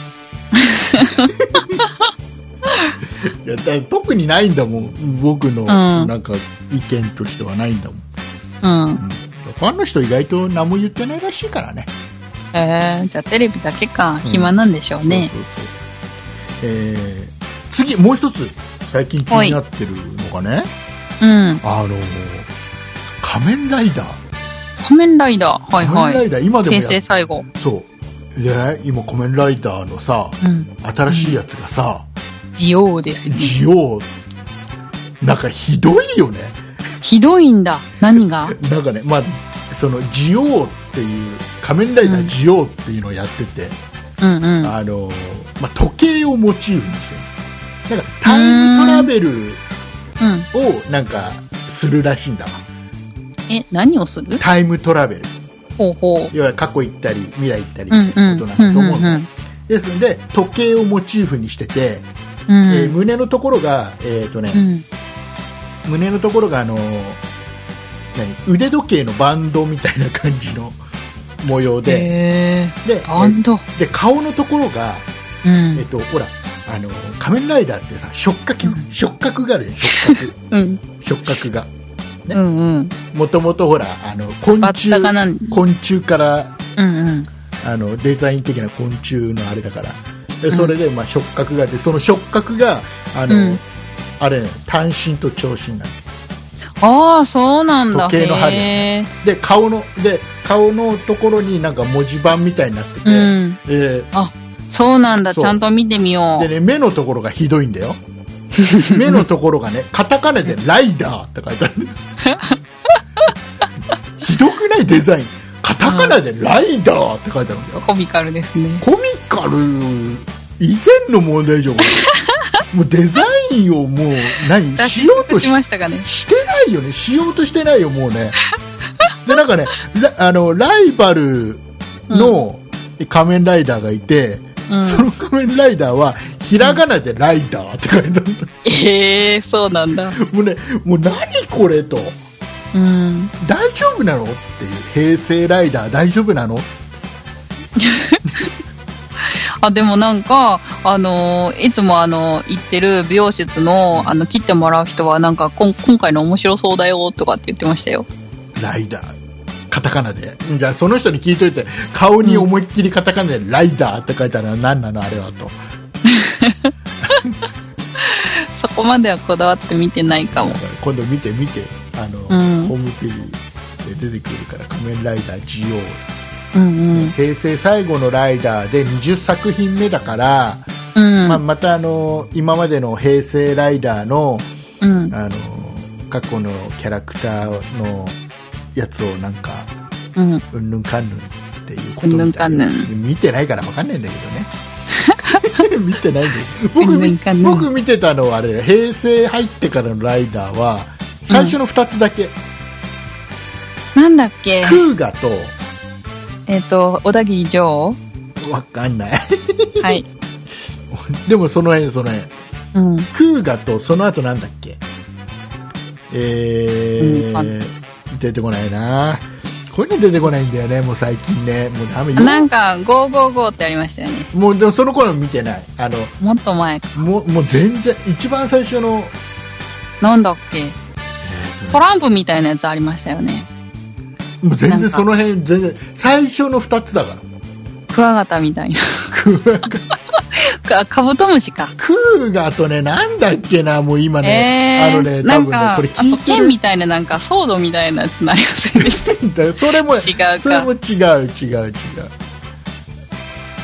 S2: いやだ特にないんだもん僕の
S1: ん
S2: なんか意見としてはないんだもん、
S1: うん
S2: うん、ファンの人意外と何も言ってないらしいからね
S1: えー、じゃあテレビだけか、
S2: うん
S1: 暇なんでしょうね。
S2: そうそうそうえー次もう一つ最近気になってるのがね
S1: うん。
S2: あの仮面ライダー
S1: 仮面ライダー。はい
S2: 仮面ラ
S1: はい。
S2: イダー、今でも
S1: 平成
S2: や
S1: 最後。
S2: そうでね今仮面ライダーのさ
S1: うん。
S2: 新しいやつがさ、
S1: ジオウですよね。
S2: ジオウなんかひどいよね
S1: ひどいんだ。何が
S2: なんかねまあそのジオウっていう仮面ライダ
S1: う
S2: ー
S1: ん
S2: ジオウっていうのをやってて、
S1: うんうん。
S2: あのまあ、時計をモチーフにしてるなんかタイムトラベル
S1: うん。
S2: をなんかするらしいんだわ
S1: え、何をする
S2: タイムトラベル
S1: ほうほう。
S2: 要は過去行ったり未来行ったり
S1: うん
S2: って
S1: うん。
S2: ことなんだと思う
S1: うんんう
S2: だ、
S1: ん
S2: ですので時計をモチーフにしてて、
S1: う
S2: えー
S1: ん。
S2: 胸のところが、えーとね
S1: うん。
S2: 胸のところがあの何腕時計のバンドみたいな感じの模様で,、
S1: へー
S2: で
S1: バンド。
S2: で顔のところが、
S1: う
S2: えっ
S1: ん。
S2: とほらあの仮面ライダーってさ触覚
S1: うん
S2: 触覚があるよ触覚
S1: うん。
S2: 触覚がね
S1: うんうん。
S2: もともとほらあの昆
S1: バ
S2: 虫
S1: ッタかなん。
S2: 昆虫から
S1: うんうん。
S2: あのデザイン的な昆虫のあれだからでそれでまあ触覚があってその触覚があの、
S1: うん
S2: あれ単身と長身なの
S1: ああ、そうなんだ。
S2: 時計の針
S1: へえ。
S2: で顔ので顔のところになんか文字盤みたいになってて、
S1: うん。
S2: え
S1: そうなんだ。
S2: そう
S1: ちゃんと見てみよ
S2: ーで
S1: う。
S2: ね目のところがひどいん だよ目のところがねカタカナで「 ライダー」って書いてあるひどくないデザインカタタカナでライダーって書いてあるんだよ。
S1: コミカルですね。
S2: コミカル以前の問題じゃん、こ れもうデザインをもう、何、
S1: 脱
S2: しようと
S1: 出
S2: し
S1: しましたかね。
S2: してないよね、しようとしてないよ、もう ね。で、なんかね、ラあのライバルの仮面ライダーがいて、
S1: うん。
S2: その仮面ライダーは、ひらがなでライダーって書いてある、
S1: ええー、そうなんだ。
S2: もうね、もう何これと、
S1: うん。
S2: 大丈夫なのっていう、平成ライダー大丈夫なの
S1: あ、でもなんか、あのーいつもあの、行ってる美容室の、あの、切ってもらう人は、なんか、こん今回の面白そうだよ、とかって言ってましたよ。
S2: ライダー、カタカナで。じゃあ、その人に聞いといて、顔に思いっきりカタカナでライダーって書いたら何なのあれはと。
S1: そこまではこだわって見てないかも。
S2: 今度見て見て、あの、
S1: うん
S2: ホームページで出てくるから、仮面ライダー GO。
S1: うんうん。
S2: 平成最後のライダーで20作品目だから、
S1: うん。
S2: まあ、またあの、今までの平成ライダーの、
S1: うん。
S2: あの、過去のキャラクターのやつをなんか、
S1: うん。
S2: うんぬんかんぬんっていうことみたいな
S1: うんぬんかん
S2: 見てないからわかんないん だけどね見てないんだけど
S1: うんぬんかん
S2: 僕
S1: ぬん
S2: 僕見てたのはあれ平成入ってからのライダーは最初の2つだけ、
S1: なんだっけ
S2: クーガと
S1: えっ、と、小田切城
S2: わかんない
S1: はい。
S2: でもその辺その辺
S1: うん。
S2: クーガとその後なんだっけえ
S1: うん
S2: ー
S1: あ
S2: 出てこないなこういうの出てこないんだよねもう最近ねもうダメよ
S1: なんか、555ってありましたよね。
S2: もうでもその頃見てないあの
S1: もっと前か。
S2: もうもう全然一番最初の
S1: なんだっけトランプみたいなやつありましたよね。
S2: もう全
S1: な
S2: 然
S1: んか
S2: その辺全然最初の2つだから
S1: クワガタみたいな。
S2: クー
S1: か カブトムシか。
S2: クーガとねなんだっけなもう今ね、
S1: えー、
S2: あのね
S1: な
S2: 多
S1: ん
S2: 分ね
S1: か、
S2: これ
S1: あ
S2: 聞
S1: と
S2: いて
S1: 剣
S2: る
S1: みたいななんか、ソードみたいなやつなりませんで した。
S2: んだよそれも
S1: 違うか
S2: それも違う違う違う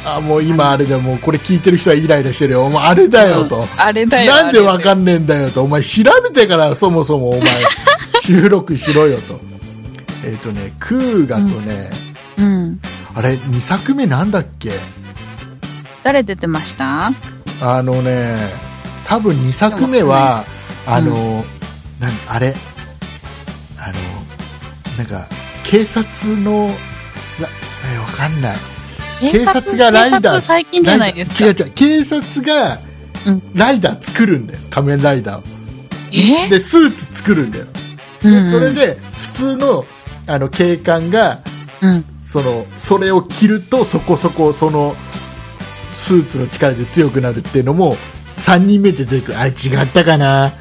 S2: あもう今あれだよもうこれ聞いてる人はイライラしてるよお前あれだよと、
S1: うんあれだよ。
S2: なんでわか
S1: ん
S2: んねえんだよとお前調べてからそもそもお 前収録しろよとえっ、とねクーガとね、
S1: うん。
S2: あれ2作目なんだっけ
S1: 誰出てました
S2: あのね、多分2作目は、あの、なんあれ、あの、なんか、警察の、なえわかんない。警察がライダー
S1: 警察最近じゃないですか。
S2: ライダー違う違う、警察が
S1: うん、
S2: ライダー作るんだよ、仮面ライダーを
S1: え
S2: で、スーツ作るんだよ。
S1: う
S2: で
S1: んうん
S2: それで、普通の、あの、警官が、
S1: うん。
S2: その、それを着ると、そこそこ、その、スーツの力で強くなるっていうのも、3人目で出てくる。あれ、違ったかな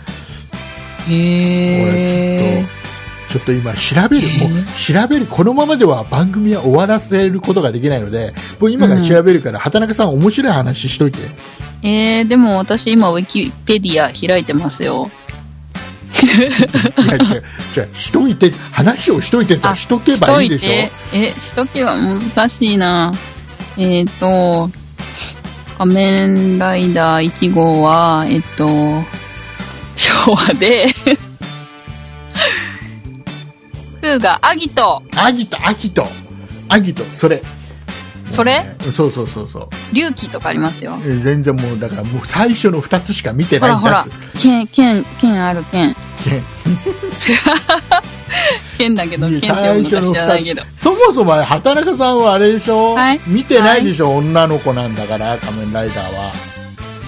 S1: へー
S2: 俺ちょっとちょっと今調べるもう
S1: え
S2: 調べるこのままでは番組は終わらせることができないのでもう今から調べるから、畑中さん面白い話しといて
S1: えー、でも私今ウィキペディア開いてますよ。
S2: いや違う違うしといて話をしといてさ
S1: あ
S2: しとけばいいでしょ
S1: しといてえ、しとけば難しいな。えっ、と、仮面ライダー1号は、えっ、と、昭和で、クーがアギト、
S2: アギトアギトアギトそれ
S1: それ
S2: うんそうそうそうそう
S1: 龍騎とかありますよ。
S2: え全然もうだからもう最初の2つしか見て
S1: ほ
S2: ない
S1: ら
S2: ん
S1: ほら
S2: だっ、
S1: 剣、剣、剣ある剣。
S2: つね
S1: 剣だけど、剣って読
S2: 最
S1: む
S2: 初
S1: か
S2: の
S1: 知らないけ
S2: 2
S1: ど。
S2: つそもそも畑中さんはあれでしょ、
S1: はい
S2: 見てないでしょ、女の子なんだから仮面ライダーは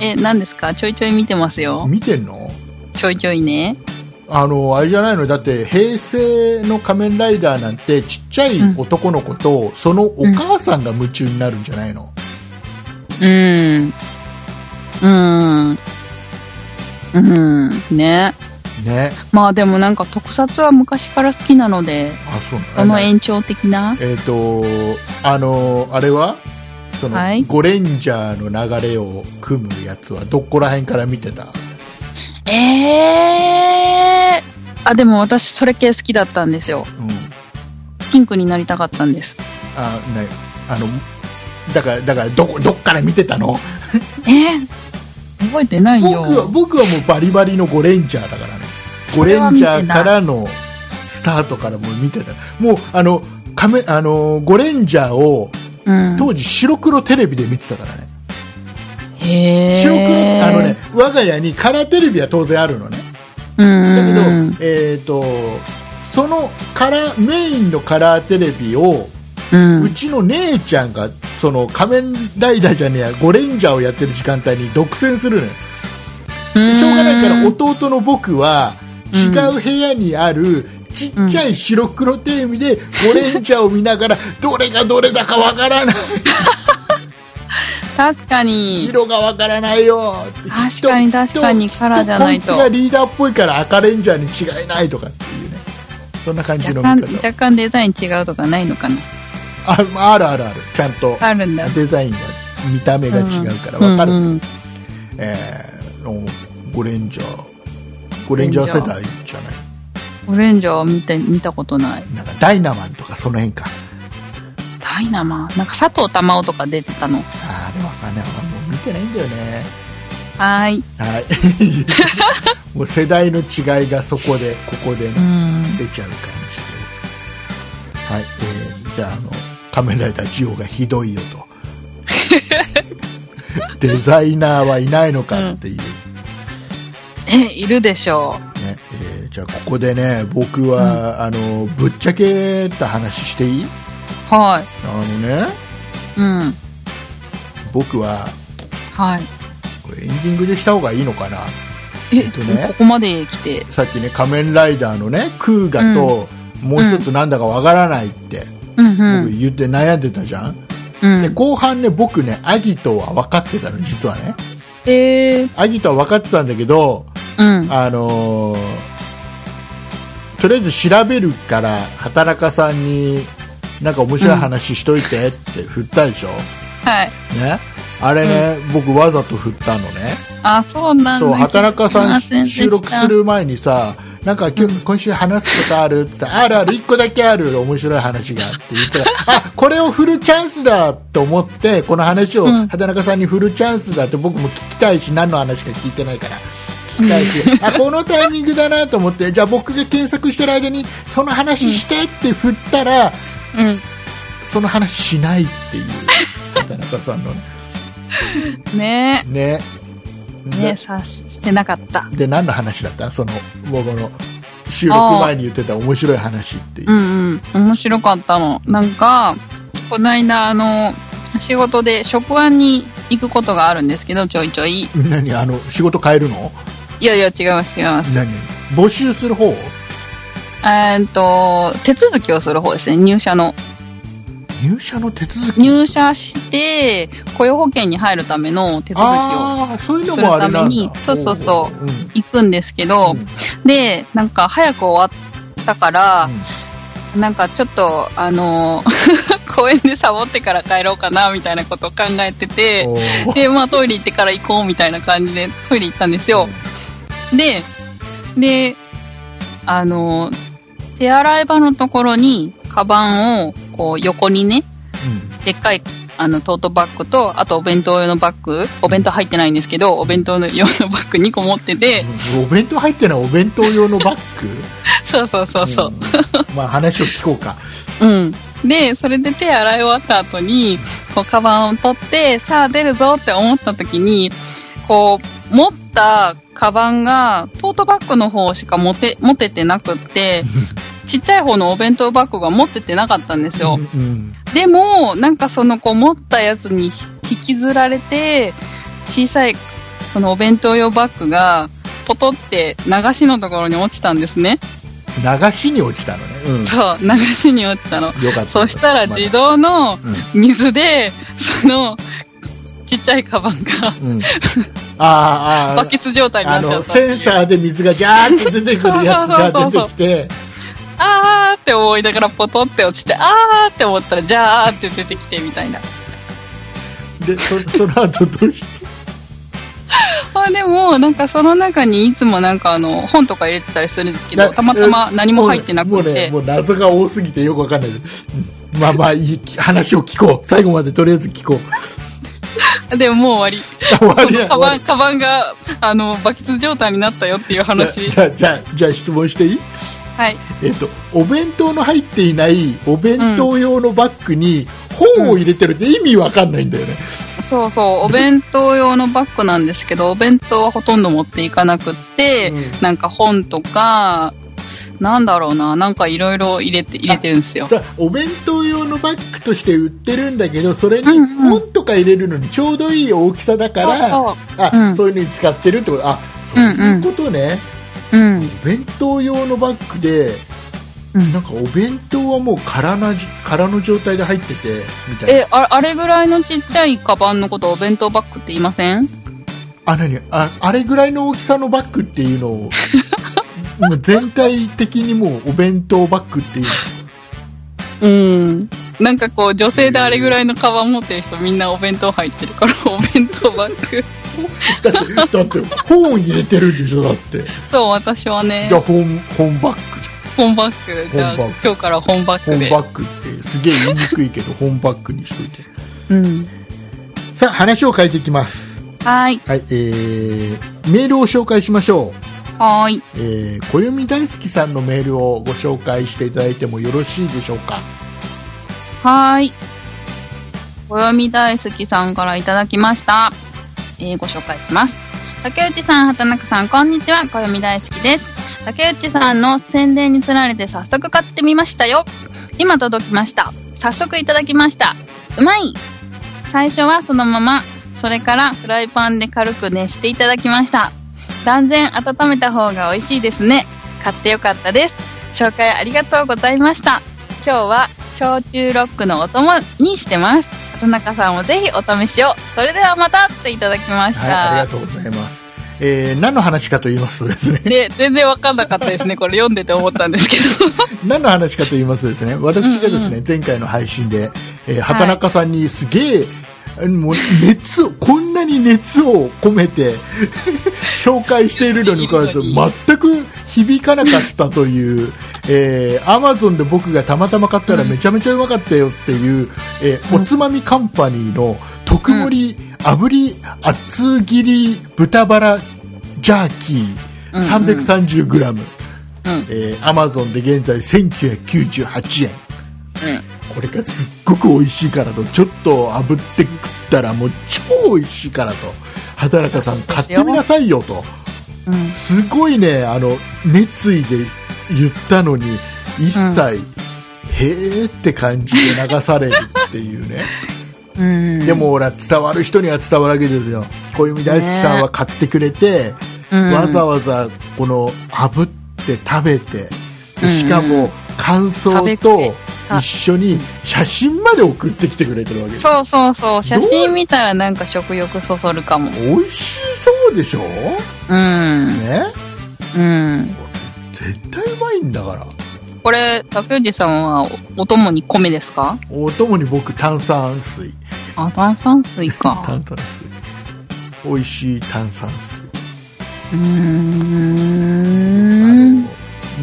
S1: え、何ですかちょいちょい見てますよ。
S2: 見てんの
S1: ちょいちょいね。
S2: あのあれじゃないのだって平成の仮面ライダーなんてちっちゃい男の子とそのお母さんが夢中になるんじゃないの、
S1: うん。うん。うん。ね。
S2: ね
S1: まあでもなんか特撮は昔から好きなので、
S2: あそうな
S1: その延長的な。
S2: えっ、とあのあれはその、
S1: はい
S2: ゴレンジャーの流れを組むやつはどこら辺から見てた
S1: ええー。あ、でも私それ系好きだったんですよ。
S2: うん
S1: ピンクになりたかったんです。
S2: あねあのだからだからどこどっから見てたの
S1: えー、覚えてない
S2: 僕
S1: よ。
S2: は僕はもうバリバリのゴレンジャーだからね
S1: そ
S2: ゴ
S1: れ
S2: レ
S1: は
S2: ン
S1: 見
S2: ジ
S1: てない
S2: ャーからのスタートからもう見てたもうあの亀あのーゴレンジャーを
S1: うん。
S2: 当時白黒テレビで見てたからね、
S1: へー
S2: 白黒あのね、我が家にカラーテレビは当然あるのね
S1: うん
S2: だけど、
S1: うんうん
S2: えー、とそのカラーメインのカラーテレビを、
S1: うん
S2: うちの姉ちゃんがその仮面ライダーじゃねえやゴレンジャーをやってる時間帯に独占するのよしょうがないから弟の僕は違う部屋にあるちっちゃい白黒テレビでゴレンジャーを見ながらどれがどれだかわからない
S1: 確かに。
S2: 色がわからないよ
S1: 確かに確かに
S2: きっ
S1: カラーじゃないと
S2: こいつがリーダーっぽいから赤レンジャーに違いないとかっていうねそんな感じ
S1: 若
S2: の
S1: 干、
S2: 見方
S1: 若干デザイン違うとかないのかな
S2: あまああるあるあるちゃんと
S1: あるんだ。
S2: デザインが見た目が違うからわかる、
S1: うんうん
S2: えーのゴレンジャーゴレンジャー世代じゃない
S1: オレンジャー見て、見たことない。
S2: なんかダイナマンとかその辺か
S1: ダイナマン。なんか佐藤珠緒とか出てたの。
S2: あーあれわかんないわもう見てないんだよね
S1: はーい。
S2: はい もう世代の違いがそこでここでね、
S1: うん。
S2: 出ちゃう感じではい、えーじゃああの「仮面ライダージオがひどいよ」 とデザイナーはいないのかっていう、
S1: え、いるでしょ。
S2: ねえーじゃあここでね僕は、あのぶっちゃけた話していいう
S1: は
S2: あのね
S1: い。うん。
S2: 僕は
S1: はい。
S2: これエンディングでした方がいいのかな
S1: え
S2: えっとね
S1: ここまで来て。
S2: さっきね「仮面ライダー」のねクーガと、もう一つなんだかわからないって、
S1: うんう
S2: 僕
S1: ん。
S2: 言って悩んでたじゃん、
S1: うん
S2: で後半ね僕ねアギトは分かってたの実はね
S1: えー、
S2: アギトは分かってたんだけど
S1: うん。
S2: あのーとりあえず調べるから畑中さんになんか面白い話しといてって振ったでしょ、
S1: はい。
S2: ねあれね、僕わざと振ったのね
S1: あ、そうなんだ。
S2: そう畑中さ
S1: すいませ
S2: ん
S1: でした
S2: 収録す。る前にさなんか今日今週話すことあるって言ったらあるある1個だけある面白い話があって言ってたらあこれを振るチャンスだと思ってこの話を
S1: うん
S2: 畑中さんに振るチャンスだって僕も聞きたいし何の話か聞いてないから聞きたいしあこのタイミングだなと思ってじゃあ僕が検索してる間にその話してって振ったらその話しないっていう畑中さんの
S1: うん。ね
S2: ね。
S1: え。 ねえ、さ、してなかった。
S2: で何の話だったその僕の収録前に言ってた面白い話っていうう、
S1: んうん。面白かったの。なんか、こないだ、あの、仕事で食案に行くことがあるんですけど、ちょいちょい。
S2: 何あの仕事変えるの
S1: いやいや、違います、違います。
S2: 何募集する方
S1: えーっと、手続きをする方ですね、入社の。
S2: 入社の手続き
S1: 入社して、雇用保険に入るための手続きを
S2: ああそういうのもあれなん
S1: する
S2: だ、
S1: ためにそうそうそう
S2: うん
S1: 行くんですけど、
S2: うん
S1: で、なんか早く終わったから、なんかちょっと、あの ー公園でサボってから帰ろうかな、みたいなことを考えてて、
S2: お ー
S1: で、まあトイレ行ってから行こうみたいな感じでトイレ行ったんですよ。で、で、あの、手洗い場のところに、カバンを、こう横にね、でっかい、あの、トートバッグと、あとお弁当用のバッグ、お弁当入ってないんですけど、お弁当用のバッグ2個持ってて、
S2: うん、お弁当入ってないお弁当用のバッグ
S1: そうそうそうそう。
S2: うんまあ話を聞こうか
S1: うん。で、それで手洗い終わった後に、こう、カバンを取って、さあ出るぞって思った時に、こう、持ったカバンが、トートバッグの方しか持て、持ててなくっ て、ちっちゃい方のお弁当バッグが持っててなかったんですよ。
S2: うん
S1: でも、なんかその、こう、持ったやつに引きずられて、小さい、そのお弁当用バッグが、ポトって流しのところに落ちたんですね。
S2: 流しに落ちたのね、
S1: そう、流しに落ちたの。
S2: うん、よかった
S1: そしたら自動の
S2: まだ
S1: 水で、その、ちっちゃいカバンが、
S2: うん うん、あーあー
S1: バケツ状態にな
S2: あ
S1: っちゃ
S2: の
S1: ったっていう。
S2: センサーで水がジャーって出てくるやつが出てきて
S1: あーって思いながらポトって落ちて、あーって思ったら、じゃーって出てきてみたいな。
S2: でそその後ど うして
S1: まあでも、なんかその中にいつもなんかあの、本とか入れてたりするんですけど、たまたま何も入ってな
S2: も
S1: く
S2: うね
S1: て
S2: も、うねもう謎が多すぎてよくわかんないうんまあまあいい話を聞こう最後までとりあえず聞こう
S1: でももう終わり。
S2: 終わ
S1: そ
S2: りだ
S1: のカ
S2: 終
S1: バン、
S2: わり
S1: カバンが、あの、バケツ状態になったよっていう話。
S2: じゃあじゃあじゃあ質問していい
S1: はい。
S2: えっと、お弁当の入っていないお弁当用のバッグに本を入れてるって意味わかんないんだよね、
S1: そうそう、お弁当用のバッグなんですけど、お弁当はほとんど持っていかなくって、
S2: うん
S1: なんか本とか、なんだろうな、なんかいろいろ入れて、入れてるんですよ。
S2: さお弁当用のバッグとして売ってるんだけどそれに
S1: うんうん
S2: 本とか入れるのにちょうどいい大きさだから、
S1: そう
S2: あ
S1: うん
S2: そういうのに使ってるってことあ
S1: う
S2: そうん
S1: うん
S2: いうことね、
S1: そう。うん。
S2: 弁当用のバッグで
S1: うん
S2: なんかお弁当はもう空なじ空の状態で入っててみたいな
S1: え、ああれぐらいのちっちゃいカバンのことをお弁当バッグって言いません
S2: あ何ああれぐらいの大きさのバッグっていうの をもう全体的にもうお弁当バッグっていう
S1: うん。なんかこう、女性であれぐらいのカバン持ってる人みんなお弁当入ってる から、お弁当バッグ。
S2: だってだって本入れてるんでしょだって
S1: そう、私はね
S2: じゃ、あ本本バッグじゃん
S1: 本バッグ。じゃあ、
S2: 本バッ
S1: 今
S2: グ
S1: 日から本バッグ
S2: 本
S1: で。
S2: バッグってすげえ言いにくいけど本バッグにしといて
S1: うん。
S2: さあ話を変えていきます
S1: はーい。
S2: はいえー、メールを紹介しましょう
S1: はーい。
S2: えー、暦大好きさんのメールをご紹介していただいてもよろしいでしょうか
S1: はーい。暦大好きさんからいただきました。えーご紹介します。竹内さん、畑中さん、こんにちは。暦大好きです。竹内さんの宣伝につられて早速買ってみましたよ。今届きました。早速いただきました。うまい最初はそのまま、それからフライパンで軽く熱していただきました。断然温めた方が美味しいですね。買ってよかったです。紹介ありがとうございました。今日は焼酎ロックのお供にしてます。畑中さんもぜひお試しを。それではまたといただきました。
S2: はいありがとうございます、えー、何の話かと言いますとで すね
S1: で、全然わかんなかったですね。これ読んでて思ったんですけ
S2: 何の話かと言いますとですね私がですね、
S1: うん
S2: 前回の配信で、えー、畑中さんにすげえ、もう熱をこんなに熱を込めて 紹介しているのにかかわ らず全く響かなかったという、えー、アマゾンで僕がたまたま買ったらめちゃめちゃうまかったよっていう、えーおつまみカンパニーの特盛り炙り厚切り豚バラジャーキー
S1: うんうん
S2: 330g、
S1: ど。うん。
S2: えー、アマゾンで現在1998円
S1: うん。
S2: これがすっごく美味しいからとちょっと炙って食ったらもう超美味しいからと畑中さん
S1: そうで
S2: 買っ
S1: す
S2: て
S1: よ
S2: みなさいよと
S1: うん、
S2: すごいねあの熱意で言ったのに一切、へーって感じで流されるっていうね
S1: うん、
S2: でもほら伝わる人には伝わるわけですよ小泉大好きさんは買ってくれて、
S1: うん、
S2: わざわざこの炙って食べて
S1: うん
S2: でしかも感
S1: 食べ比べ
S2: 想と一緒に写真まで送ってきてくれてるわけです
S1: そうそうそう写真見たらなんか食欲そそるかも
S2: 美味しそうでしょ
S1: うん
S2: ね
S1: うん
S2: 絶対うまいんだから
S1: これ竹内さんはおお供に米ですか
S2: お供に僕炭酸水
S1: あ炭酸水か
S2: 炭酸水美味しい炭酸水、
S1: うー
S2: あ
S1: ん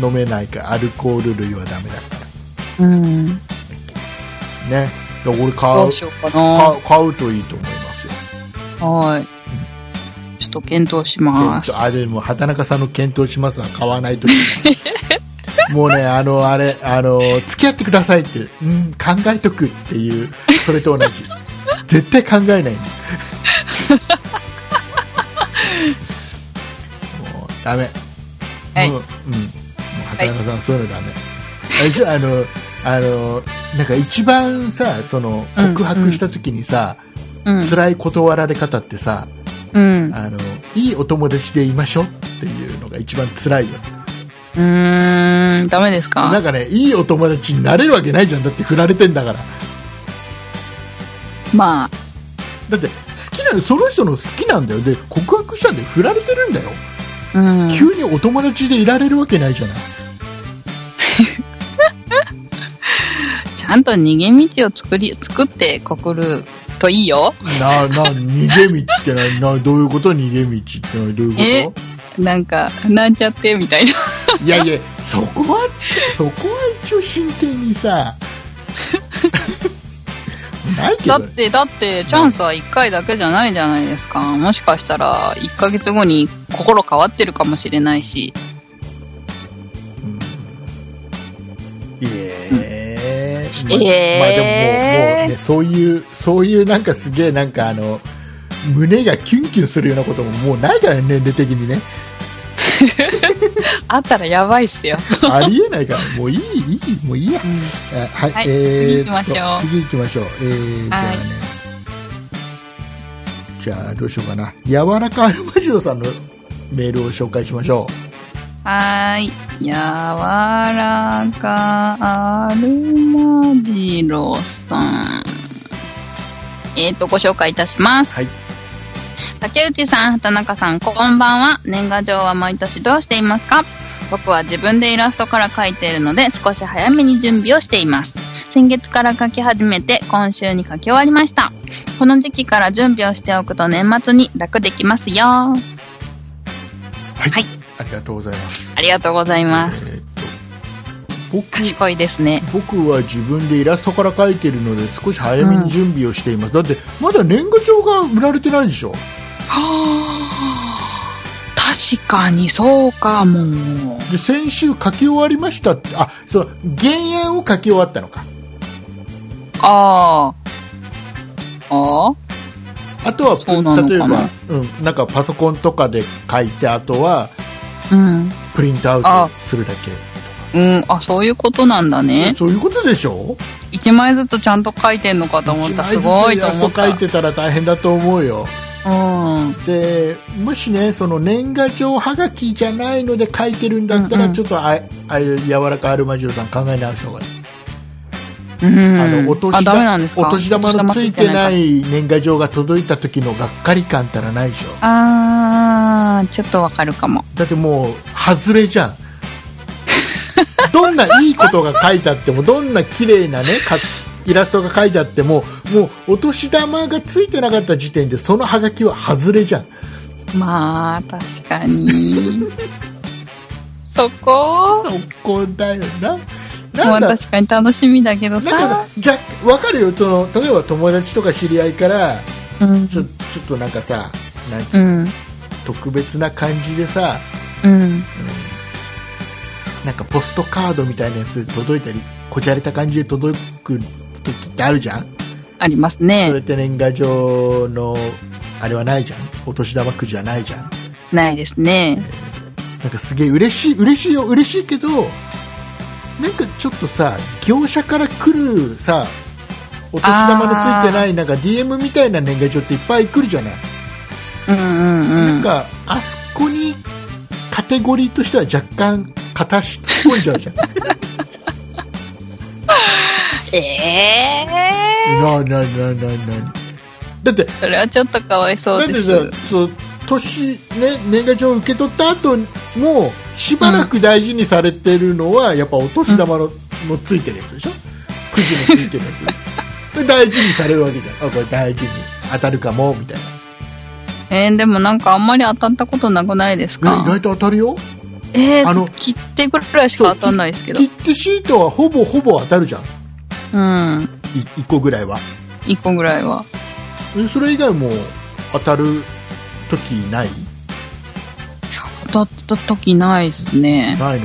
S2: の飲めないからアルコール類はダメだか
S1: うん
S2: らねだから
S1: ど
S2: 俺買う
S1: うしようかな
S2: 買う買うといいと思いますよ
S1: はいちょっと検討します
S2: 検討あれもう畑中さんの検討しますは買わないとい けないもうねあのあれあの付き合ってくださいってうん考えとくっていうそれと 同じ絶対考えないもうダメ
S1: はい
S2: もううんもう畑中さん、そういうのダメあれじゃああのあのなんか一番さその告白した時にさ、
S1: うん
S2: 辛い断られ方ってさ、
S1: うん
S2: あのいいお友達でいましょうっていうのが一番辛いよ
S1: うーんダメです
S2: な
S1: か
S2: んかねいいお友達になれるわけないじゃんだって振られてんだから
S1: まあ
S2: だって好きなその人の好きなんだよで告白したんで振られてるんだよ、
S1: うん
S2: 急にお友達でいられるわけないじゃない
S1: ちゃんと逃げ道を作り作って告るといいよ
S2: なあなあ逃げ道ってないなどういうこと逃げ道ってないどういうこ
S1: なんかなんちゃってみたいな
S2: といやいやそこはそこは一応真剣 にさないけ
S1: だ
S2: ど
S1: っ、て、だって、チャンスは1回だけじゃないじゃないですか。もしかしたら、1ヶ月後に心変わってるかもしれないし。
S2: うん
S1: えー
S2: まあまあでももうもうね、そういうそういうなんかすげえなんかあの胸がキュンキュンするようなことももうないからね年齢的 にね
S1: あったらやばいっすよ。
S2: ありえないからもういいいいもういいや、あはい、
S1: はい
S2: えー
S1: 次行き
S2: と
S1: ましょう
S2: 次行きましょうえー、じゃあ
S1: は
S2: ね
S1: い
S2: じゃあどうしようかな柔らかアルマジロさんのメールを紹介しましょう
S1: はーい。やわらかアルマジロさん。えっ、と、ご紹介いたします。
S2: はい
S1: 竹内さん、畑中さん、こんばんは。年賀状は毎年どうしていますか僕は自分でイラストから描いているので、少し早めに準備をしています。先月から描き始めて、今週に描き終わりました。この時期から準備をしておくと年末に楽できますよ。あ
S2: はい、
S1: はい
S2: ありがとうございます
S1: りがとうございます。
S2: えーっと僕
S1: 賢いですね。
S2: 僕は自分でイラストから描いているので少し早めに準備をしています、だってまだ年賀状が売られてないでしょ
S1: はあ、確かにそうかも。
S2: で先週書き終わりましたってあそう減塩を書き終わったのか
S1: ああ。ああ
S2: あとは
S1: そうなのかな
S2: 例えば、うん、なんかパソコンとかで書いてあとは
S1: うん。
S2: プリントアウ
S1: あ
S2: トするだけ
S1: うん、あ、そういうことなんだね。
S2: そういうことでしょ
S1: 一枚ずつちゃんと書いてんのかと思った。すごい
S2: イ
S1: と
S2: ラス
S1: 思っ
S2: ト
S1: た。
S2: 描いてたら大変だと思うよ
S1: うん。
S2: でもしねその年賀状はがきじゃないので書いてるんだった
S1: う
S2: ら、
S1: んうん
S2: ちょっとあああいう柔らかアルマジロさん考え直した方がいい、
S1: うん。
S2: あのお
S1: あ
S2: 年
S1: ダメ
S2: 玉
S1: なんですか
S2: お年玉のついて
S1: お
S2: な
S1: 年玉つい
S2: い年賀状が届いた時のがっかり感ったらないでしょ
S1: かあー、ちょっとわかるかも。
S2: だってもう外 れじゃんどんないいことが書いてあってもどんな綺麗なねかイラストが書いてあってももうお年玉がついてなかった時点でそのはがきは外れじゃん
S1: まあ、確か に。そこ
S2: そこだよな
S1: も
S2: な
S1: うん
S2: だ
S1: 確かに楽しみだけど
S2: なんか
S1: さ
S2: さ。じゃ分かるよその例えば友達とか知り合いから
S1: うん
S2: ちょちょっとなんかさなんつう
S1: うん。
S2: 特別な感じでさ、
S1: うん。
S2: うんなんかポストカードみたいなやつ届いたりこじゃれた感じで届く時ってあるじゃん
S1: あります
S2: そ
S1: ね
S2: れ。って年賀状のあれはないじゃんお年玉くじはないじゃん
S1: ないですね。
S2: なんかすげえ嬉しい嬉しいよ嬉しいけどなんかちょっとさ業者から来るさお年玉のついてないなんか DM みたいな年賀状っていっぱい来るじゃない
S1: うんうん
S2: な
S1: うんん。
S2: かあそこにカテゴリーとしては若干片足突っ込んじ ゃうじゃん
S1: ええ
S2: なになになになになにだって
S1: ー、それはちょっとかわいそ
S2: だっ
S1: うで
S2: て
S1: す。
S2: さそう年、ね、年賀状を受け取った後もしばらく大事にされてるのは、やっぱお年玉の,、のついてるやつでしょくじのついてるや つで大事にされるわけじゃんあこれ大事に当たるかもみたい
S1: えー、でもなんかあんまり当たったことなくないです
S2: な、ね、意
S1: か
S2: 外と当たるよ
S1: え
S2: あの
S1: ー、切手ぐらいしか当たんないですけど。う
S2: 切手シートはほぼほぼ当たるじゃん
S1: ん。
S2: 1個ぐらいは
S1: 一個ぐらいは。
S2: でそれ以外も当たる時ない
S1: 当たった時ないっすね。
S2: ないのかそっか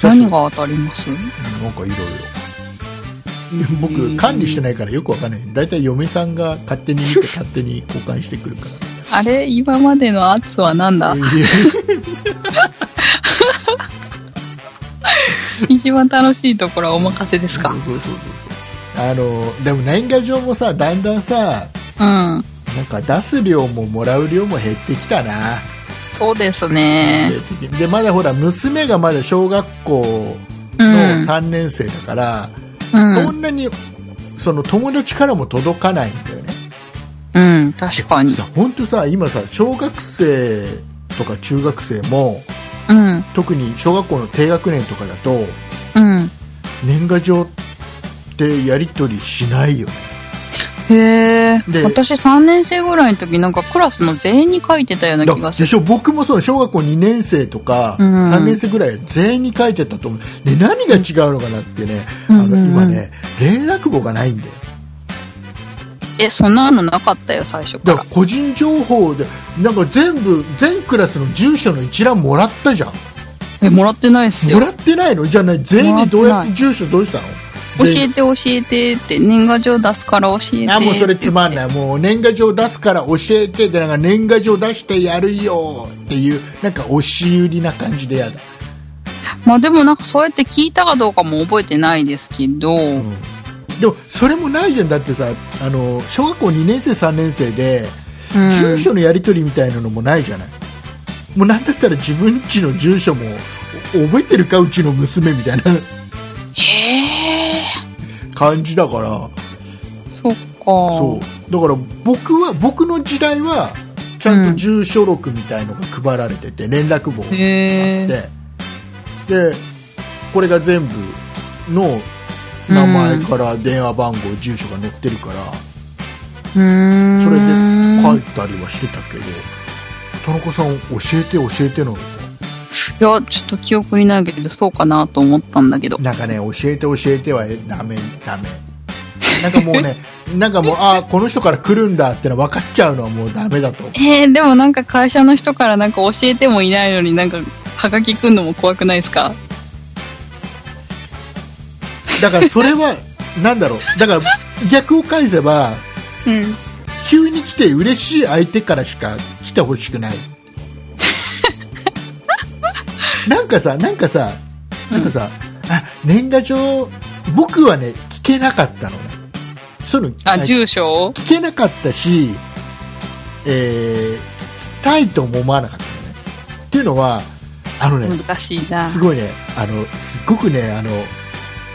S2: じゃあ
S1: 何が当たります
S2: うんなんかいろいろ 僕管理してないからよくわかんない大体嫁さんが勝手 に見て勝手に交換してくるか
S1: あれ今までの圧はなん
S2: ら
S1: だ
S2: い
S1: 一番楽しいところはお任せです
S2: や
S1: か
S2: そうそうそうそうあのでも年賀状もさだんだんさ
S1: うん。
S2: なんか出す量ももらう量も減ってきたな、
S1: そうですね。
S2: でまだほら娘がまだ小学校
S1: う
S2: の
S1: ん。
S2: 3年生だから、
S1: う
S2: そ
S1: ん。
S2: んなにその友達からも届かないんだよね
S1: うん。確かに。
S2: さ本当さ今さ小学生とか中学生も
S1: うん。
S2: 特に小学校の低学年とかだと
S1: うん。
S2: 年賀状ってやり取りしないよね
S1: へえ
S2: で
S1: 私3年生ぐらいの時なんかクラスの全員に書いてたような
S2: だ
S1: 気がす
S2: で
S1: る
S2: しょ僕もそう小学校2年生とか
S1: うん
S2: 3年生ぐらい全員に書いてたと思うで何が違うのかなってね、
S1: う
S2: あ
S1: ん
S2: の
S1: うんうん
S2: 今ね連絡簿がないんだよ
S1: えそんなのなかったよ最初か
S2: だから
S1: ら
S2: 個人情報でなんか全部全クラスの住所の一覧もらったじゃん
S1: えもらってないっす
S2: も
S1: よ
S2: らってないのじゃあ、ね、全員にどう
S1: もら
S2: や
S1: っ
S2: ってて
S1: な
S2: 住所どうしたの
S1: 教えて教えてって年賀状出すから教えて
S2: あもうそれつまんないもう年賀状出すから教えてでなんか年賀状出してやるよっていうなんか押し売りな感じでやだ、
S1: まあでもなんかそうやって聞いたかどうかも覚えてないですけど、
S2: うん、でもそれもないじゃんだってさあの小学校2年生3年生で
S1: うん
S2: 住所のやり取りみたいなのもないじゃない、もうなんだったら自分家の住所もお覚えてるかうちの娘みたいな
S1: へえ
S2: 感じだから
S1: そっか
S2: そうだから僕は僕の時代はちゃんと住所録みたいのが配られてて連絡簿があって、
S1: へえ
S2: でこれが全部の名前から電話番号、住所が載ってるから
S1: うーん
S2: それで書いたりはしてたけど田中さん教えて教えての
S1: いやちょっと記憶にないけどそうかなと思ったんだけど
S2: なんかね教えて教えてはダメダメなんかもう ねなんかもうあーこの人から来るんだってのは分かっちゃうのはもうダメだと思う
S1: えー、でもなんか会社の人からなんか教えてもいないのになんかはがきくんのも怖くないですか
S2: だからそれはなんだろうだから逆を返せば
S1: うん
S2: 急に来て嬉しい相手からしか来てほしくないなんかさなんかさなんかさ、あ年賀状僕はね聞けなかったのねそういうの
S1: あ
S2: あ
S1: 住所を
S2: 聞けなかったし、えー聞きたいとも思わなかったのねっていうのはあのね、
S1: 難しいな
S2: すごいねあのすっごくねあの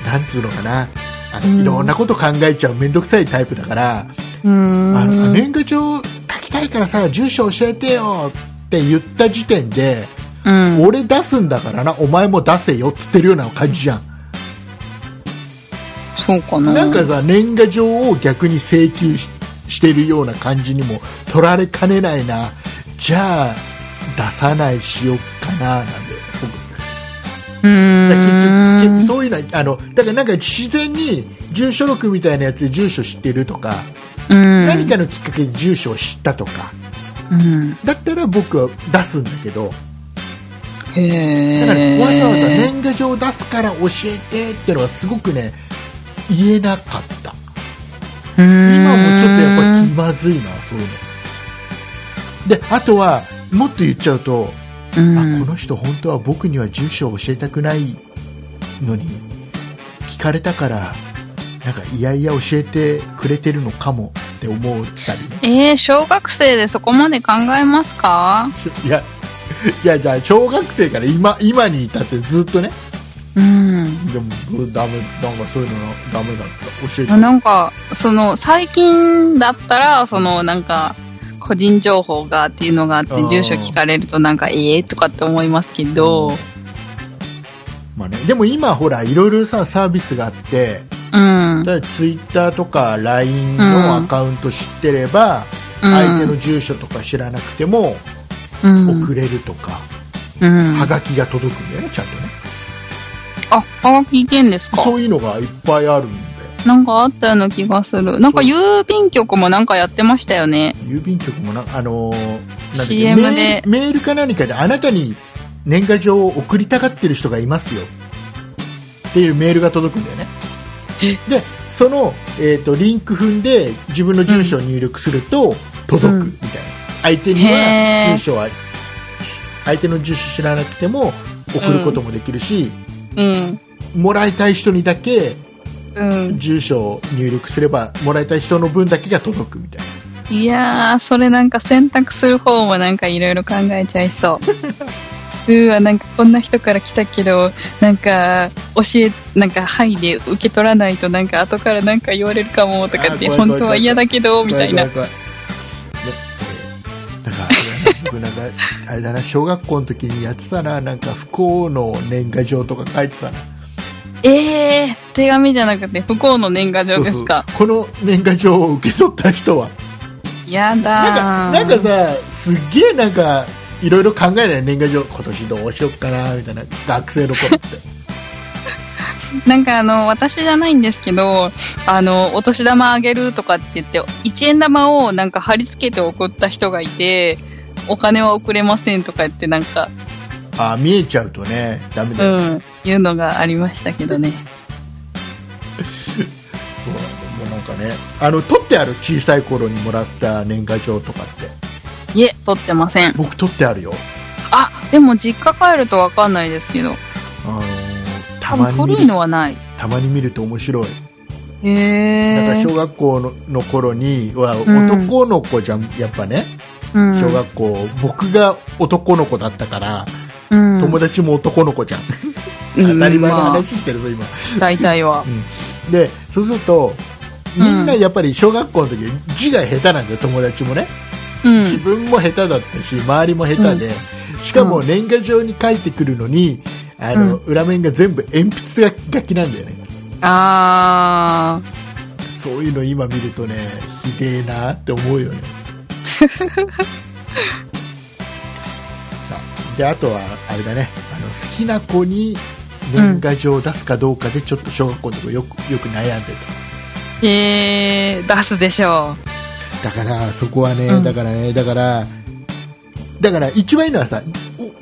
S2: なんつうのかなあの、
S1: うん
S2: いろんなこと考えちゃう面倒くさいタイプだから、
S1: うーん
S2: あの年賀状書きたいからさ住所教えてよって言った時点で、
S1: うん
S2: 俺出すんだからなお前も出せよって言ってるような感じじゃん、
S1: そうかな
S2: なんかさ年賀状を逆に請求ししてるような感じにも取られかねないなじゃあ出さないしよっかななんで僕
S1: う
S2: だから結
S1: ー
S2: 局
S1: ん
S2: そういうのはあのだからなんか自然に住所録みたいなやつで住所知ってるとか、
S1: うん
S2: 何かのきっかけで住所を知ったとか
S1: うん
S2: だったら僕は出すんだけど
S1: へえ
S2: だからわざわざ年賀状を出すから教えてってのはすごくね言えなかった
S1: 今
S2: 今もちょっとやっぱり気まずいなそういうのであとはもっと言っちゃうと、
S1: ぱり、うん、
S2: あこの人本当は僕には住所を教えたくないのに聞かれたからなんかいやいや教えてくれてるのかもって思ったりね
S1: えー、小学生でそこまで考えますか
S2: いやいやじゃあ小学生から今今に至ってずっとね
S1: うん。
S2: でもダメなんかそういうのダメだった教えて
S1: なんか、その、最近だったら、その、なんか、個人情報がっていうのがあって
S2: あー、
S1: 住所聞かれると、なんか、ええー、とかって思いますけど、
S2: まあね、でも今ほらいろいろさサービスがあって
S1: うん。
S2: 例えばツイッターとか LINE のアカウント知ってれば、相手の住所とか知らなくても
S1: うん、
S2: 送れるとか、
S1: うん、
S2: はがきが届くんだよねちゃんとね
S1: あ、はがきいけんですか
S2: そういうのがいっぱいあるんで
S1: なんかあったような気がする。なんか郵便局もなんかやってましたよね。
S2: 郵便局もなあのーなんだっけ
S1: CM で
S2: メールメールか何かであなたに年賀状を送りたがってる人がいますよっていうメールが届くんだよねでその、えー、とリンク踏んで自分の住所を入力すると届く
S1: うん
S2: みたいな、相手に
S1: へ
S2: は
S1: ー
S2: 住所は相手の住所知らなくても送ることもできるし、
S1: うん。
S2: もらいたい人にだけ
S1: うん。
S2: 住所を入力すればもらいたい人の分だけが届くみたいない
S1: やー、それなんか選択する方もなんかいろいろ考えちゃいそう。う ーわ、なんかこんな人から来たけど、なんか教え、なんかはいで受け取らないとなんか後からなんか言われるかもとかって、
S2: あー怖い怖い
S1: 本当は嫌だけど、みたいな。
S2: 怖怖怖いだからあれだな僕なんかあれだな小学校の時にやってたななんか不幸の年賀状とか書いてたな
S1: えー、手紙じゃなくて不幸の年賀状ですか。
S2: そうそうこの年賀状を受け取った人は
S1: や
S2: なん
S1: だ
S2: か
S1: ー。
S2: なんかさすっげえなんかいろいろ考えない年賀状今年どうしよっかなみたいな学生の頃って
S1: なんかあの、私じゃないんですけど、あの、お年玉あげるとかって言って、1円玉をなんか貼り付けて送った人がいて、お金は送れませんとか言ってなんか、
S2: あ見えちゃうとねダメ
S1: う
S2: だよ、
S1: ん、いうのがありましたけどね。
S2: かねあの取ってある小さい頃にもらった年賀状とかって
S1: いえ、取ってません。
S2: 僕取ってあるよ
S1: あ、でも実家帰るとわかんないですけど。
S2: あのーた
S1: 多
S2: ま
S1: 分
S2: に見
S1: 古い
S2: る
S1: のはない。
S2: たまに見ると面白い
S1: へ
S2: なんか
S1: え。
S2: 小学校のの頃には
S1: ん
S2: 男の子じゃん、やっぱね
S1: うん
S2: 小学校、僕が男の子だったから、
S1: うん
S2: 友達も男の子じゃん当たり前の話してるぞ今
S1: うんまあ大体は。
S2: でそうするとみんなやっぱり小学校の時字が下手なんだよ友達もね
S1: う
S2: 自
S1: ん。
S2: 分も下手だったし周りも下手で、しかも年賀状に書いてくるのにあの、裏面が全部鉛筆が書きなんだよね
S1: あ
S2: そういうの今見るとねひでえなって 思うよねさあであとはあれだねあの好きな子に年賀状を出すかどうかでちょっと小学校の時よくよく悩んでた
S1: ー。えー、出すでしょ
S2: だからそこはね、
S1: うん
S2: だからねだからだから一番いいのはさ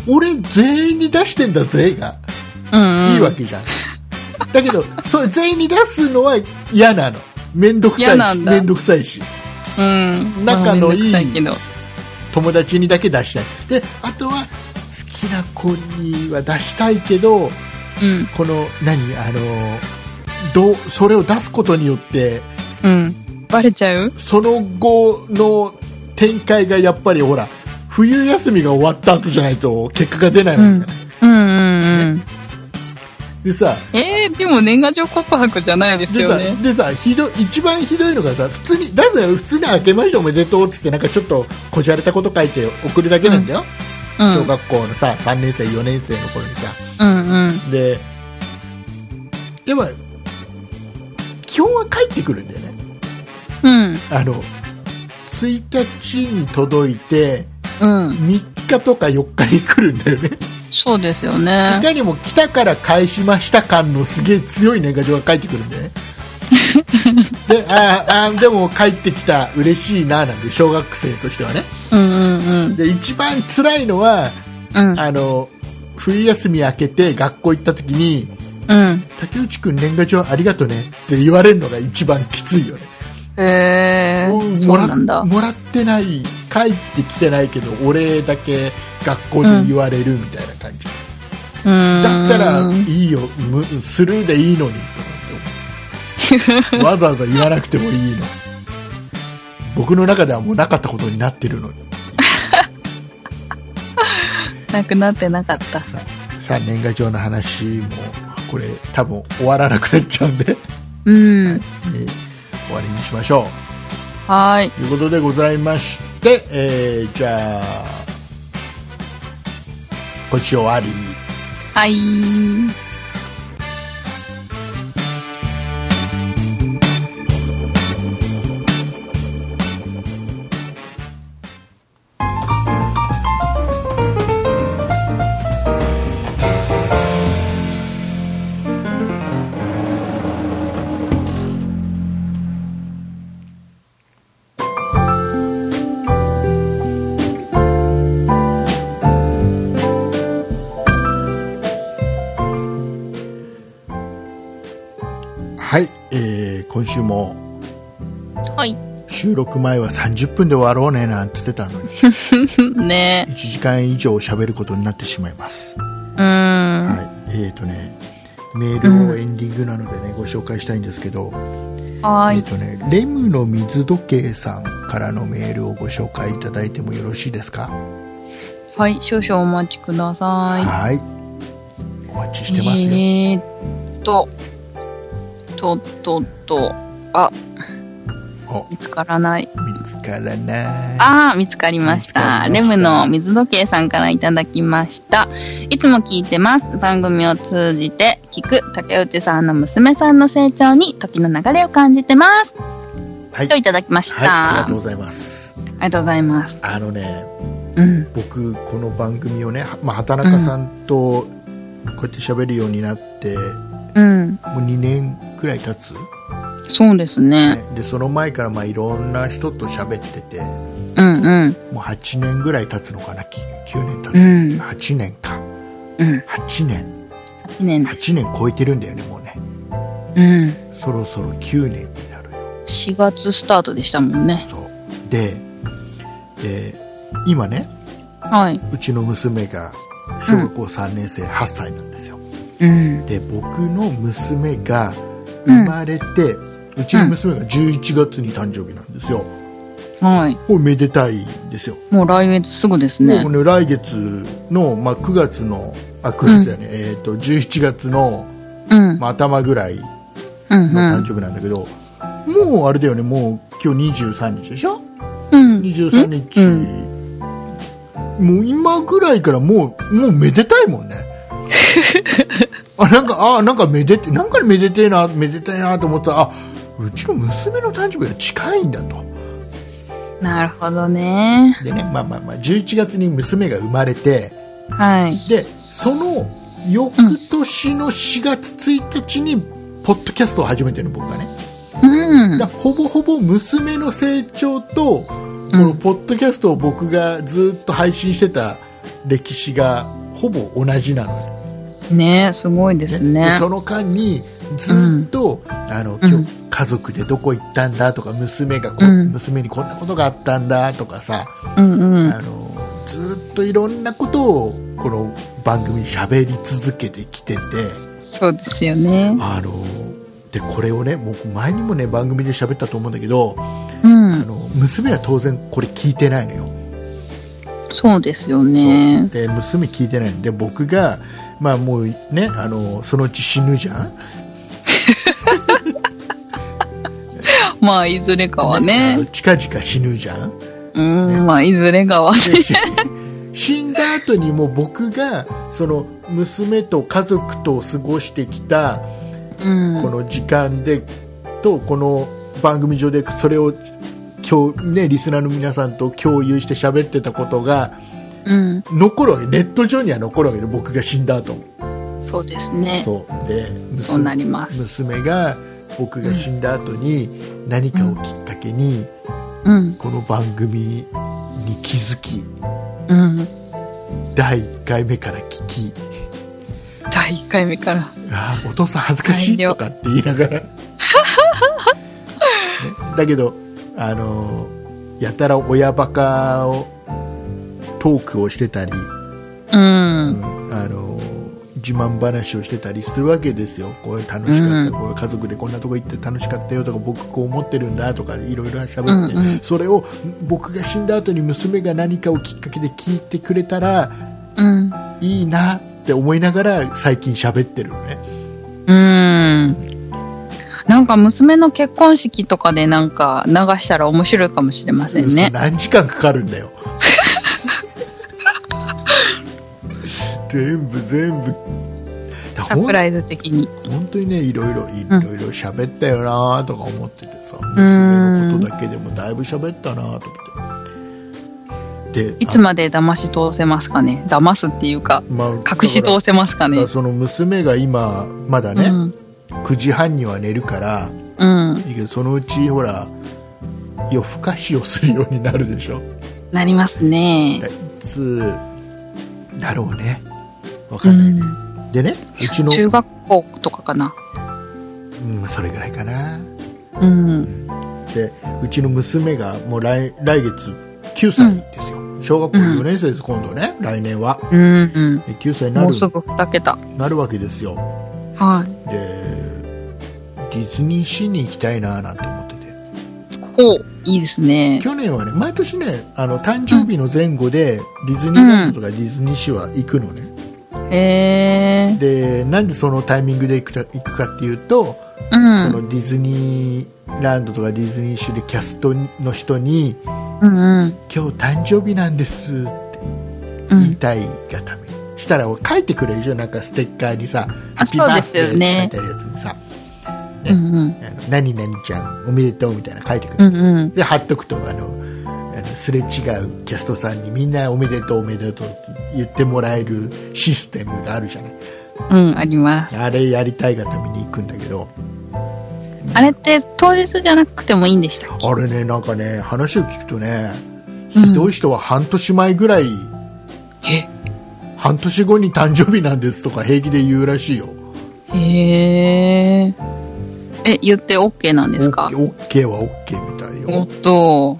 S2: お俺全員に出してんだぜが
S1: う。うん、うん。
S2: いいわけじゃん、だけどそう全員に出すのは嫌なの面倒くさ
S1: 嫌
S2: い
S1: な
S2: し
S1: んだ
S2: 面倒くさいし
S1: うん。
S2: 仲のいい
S1: まあめんどくさけど。
S2: 友達にだけ出したいであとは好きな子には出したいけど
S1: うん。
S2: この何あのどうそれを出すことによって
S1: うん。バレちゃう
S2: その後の展開がやっぱりほら冬休みが終わった後じゃないと結果が出ないわけじゃない、
S1: うんうんうん。
S2: でさ
S1: えー、でも年賀状告白じゃないです
S2: で
S1: よ
S2: さ
S1: ね。
S2: でさひどい一番ひどいのがさ普通に出すよ普通に「明けましておめでとう」っつってなんかちょっとこじゃれたこと書いて送るだけなんだよ、
S1: うん。
S2: 小学校のさ3年生4年生の頃にさ
S1: うんうん。
S2: ででも基本は帰ってくるんだよね
S1: うん。
S2: あの1日に届いて
S1: うん。
S2: 3日とか4日に来るんだよね
S1: そうですよ
S2: い
S1: ね。
S2: かにも来たから返しました感のすげえ強い年賀状が返ってくるんだよねであーあーでも帰ってきた嬉しいななんで小学生としてはね
S1: うんうんうん。
S2: で一番辛いのは
S1: うん。
S2: あの冬休み明けて学校行った時に
S1: うん。
S2: 竹内くん年賀状ありがとねって言われるのが一番きついよね
S1: へえ
S2: もう
S1: ー、そ
S2: も
S1: う
S2: ら
S1: なんだ。
S2: もらってない帰ってきてないけどお礼だけ学校に言われるみたいな感じ、だ
S1: だ
S2: ったらいいよむスルーでいい のにと思ってわざわざ言わなくてもいいの僕の中ではもうなかったことになってるのに
S1: なくなってなかった。
S2: ささあ年賀状の話もこれ多分終わらなくなっちゃう んで、
S1: うん。
S2: えー終わりにしましょう
S1: はーい。
S2: ということでございまして、えーじゃあこち終わり
S1: はい。
S2: はい、えー今週も
S1: はい。
S2: 収録前は30分で終わろうねなんて言ってたの に
S1: ね
S2: 1時間以上喋ることになってしまいます、
S1: うーん。
S2: はい、えーとねメールをエンディングなのでね、ご紹介したいんですけど、
S1: は
S2: えー
S1: い。
S2: とね、レムの水時計さんからのメールをご紹介いただいてもよろしいですか
S1: はい。少々お待ちくださ
S2: はいお待ち
S1: い。
S2: してますよ、
S1: えーっと、とっとっと、あ、
S2: お
S1: 見つからない。
S2: 見つからない
S1: ああ、見つかりまし
S2: 見つ
S1: た
S2: か。りました
S1: レムの水時計さんからいただきました。いつも聞いてます。番組を通じて聞く竹内さんの娘さんの成長に時の流れを感じてます。
S2: はい
S1: といただきました。
S2: はい、あり
S1: あ
S2: がとうございます
S1: りがとうございます。
S2: あのね
S1: うん。
S2: 僕この番組をね、はまあ、畑中さんとこうやって喋るようになって、も
S1: うん。
S2: う2年くらい経つ、
S1: そうですね。
S2: ねでその前からまあいろんな人と喋ってても
S1: うんうん。
S2: う8年ぐらい経つのかなき9年経つ、
S1: うん
S2: 8年か
S1: うん。
S2: 8年
S1: 8年。
S2: 8年超えてるんだよねもう
S1: う
S2: ね
S1: ん。
S2: そろそろ9年になるよ
S1: 4月スタートでしたもんね。
S2: そうでで今ね
S1: はい。
S2: うちの娘が小学校3年生8歳なんですよ、
S1: うん。
S2: で僕の娘が
S1: う
S2: 生
S1: ん
S2: まれて、うちの娘が11月に誕生日なんですよ、
S1: はい。
S2: これめでたいんですよ、
S1: もう来月すぐですね
S2: もう。ね来月の、まあ、9月のあ9月だね、えー、と11月の、
S1: うん。
S2: まあ、頭ぐらいの
S1: うんう
S2: 誕
S1: ん。
S2: 生日なんだけど、もうあれだよねもう今日23日でしょ
S1: うん。
S2: 23日、
S1: うん
S2: もう今ぐらいからもうもうめでた いもんねあなんかあなんかめでてなんかめでてえなめでたいなと思ってたらあうちの娘の誕生日が近いんだと
S1: なるほどね。
S2: でねまあまあまあ11月に娘が生まれて
S1: はい。
S2: でその翌年の4月1日にポッドキャストを始めてるの僕がね
S1: うん。
S2: だほぼほぼ娘の成長とこ
S1: う
S2: の
S1: ん
S2: ポッドキャストを僕がずっと配信してた歴史がほぼ同じなのよ
S1: ねすごいですね。
S2: でその間にずっと、あの今日家族でどこ行ったんだとか娘がこ、
S1: うん
S2: 娘にこんなことがあったんだとかさ、
S1: うんうん。
S2: あのずっといろんなことをこの番組喋り続けてきてて
S1: そうですよね。
S2: あのでこれをねもう前にもね番組で喋ったと思うんだけど、
S1: う
S2: あ
S1: ん。
S2: の娘は当然これ聞いてないのよ。
S1: そうですよ
S2: そう
S1: ね。
S2: で娘聞いてないんで僕が、まあ、もうねあのそのうち死ぬじゃん、
S1: まあ、いずれかは
S2: あの
S1: ね。
S2: 近々死ぬじゃん
S1: うん。まあ、いずれかは。
S2: でし 死んだ後にもう僕がその娘と家族と過ごしてきた
S1: うん。
S2: この時間で、とこの番組上でそれを今日、ね、リスナーの皆さんと共有して喋ってたことが
S1: うん。
S2: 残るわけネット上には残るわけで僕が死んだ後も
S1: そうですね。
S2: そうで
S1: そうなります。
S2: 娘が僕が死んだ後に何かをきっかけに
S1: うん。
S2: この番組に気づき
S1: うん。
S2: 第1回目から聞き
S1: 第1回目から。
S2: 「あーお父さん恥ずかし
S1: 大
S2: い」
S1: 量
S2: とかって言いながら、ね、だけどあのーやたら親バカをトークをしてたり、
S1: うん。
S2: あの自慢話をしてたりするわけですよ、これ楽しかった、
S1: うん
S2: これ家族でこんなとこ行って楽しかったよとか、僕こう思ってるんだとか、いろいろ
S1: う
S2: 喋
S1: ん
S2: って、
S1: うん。
S2: それを僕が死んだ後に娘が何かをきっかけで聞いてくれたら
S1: うん。
S2: いいなって思いながら、最近喋ってるのね。
S1: うん。なんか娘の結婚式とかでなんか流したら面白いかもしれませんね。
S2: 何時間かかるん だよ。全部全部だ
S1: サ
S2: ほん
S1: プライズ的に。
S2: 本当にねいろいろいい
S1: うん
S2: ろいろ喋ったよなとか思っててさ、
S1: ん
S2: 娘のことだけでもだいぶ喋ったなと思ってで
S1: いつまで騙し通せますかね騙すっていうか、
S2: あまあ
S1: 隠し通せますか
S2: だから
S1: ね
S2: その娘が今まだ
S1: う
S2: ね、
S1: ん。
S2: 9時半には寝るから
S1: うん。
S2: いいけどそのうちほら夜更かしをするようになるでしょ
S1: なりますね
S2: だ。いつだろうねわ
S1: う
S2: かんない、
S1: ん。
S2: でねうちの、
S1: 中学校とかかな。
S2: うん、それぐらいかな
S1: うん。
S2: でうちの娘がもう来来月9歳ですよ、小学校4年生です、今度ね来年は
S1: うんうん。
S2: で9歳にな
S1: も
S2: る
S1: うすぐ2桁。
S2: なるわけですよ
S1: はい。
S2: でディズニーシーに行きたいななんて思ってて
S1: おいいですね。
S2: 去年はね毎年ねあの誕生日の前後でディズニーランドとかディズニーシーは行くのね、
S1: えー。
S2: でなんでそのタイミングで行くた行くかっていうと、
S1: う
S2: そ
S1: ん。
S2: のディズニーランドとかディズニーシーでキャストの人に
S1: うんうん。
S2: 「今日誕生日なんです」
S1: う
S2: 言い
S1: ん。
S2: たいがためにしたら書いてくれるじゃんなんかステッカーにさ「
S1: あ
S2: ハッピーバースデー」
S1: そうですよ
S2: って書
S1: ね
S2: いてあるやつにさ
S1: うんうん。
S2: 「あの何々ちゃんおめでとう」みたいなの書いてく
S1: う
S2: れる
S1: んうん。
S2: で貼っとくとあのあのすれ違うキャストさんにみんな「おめでとうおめでとう」って言ってもらえるシステムがあるじゃない
S1: うん、あります。
S2: あれやりたいがために行くんだけど
S1: あれって当日じゃなくてもいいんでしたっけ
S2: あれねなんかね話を聞くとねひどい人は半年前ぐらい、
S1: え
S2: 半年後に誕生日なんですとか平気で言うらしいよ
S1: へえ。え、言って OK なんですか
S2: OK は OK みたい
S1: おっ
S2: よ
S1: と。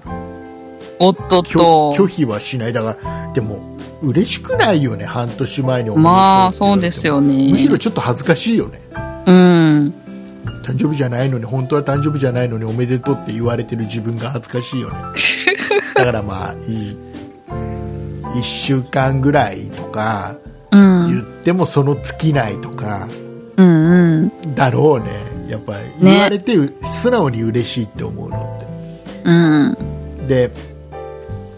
S1: おっとっ
S2: 拒拒
S1: と。
S2: 否はしないだからでも嬉しくないよね半年前におめでとうって言わ
S1: ま
S2: れても
S1: あ、そうですよね
S2: む。しろちょっと恥ずかしいよね
S1: うん。
S2: 誕生日じゃないのに本当は誕生日じゃないのにおめでとうって言われてる自分が恥ずか しいよねだからまあいい1週間ぐらいとか
S1: うん。
S2: 言ってもその尽きないとか
S1: うんうん。
S2: だろうねやっぱり
S1: ね
S2: 言われてう素直に嬉しいって思うのって
S1: うん。
S2: で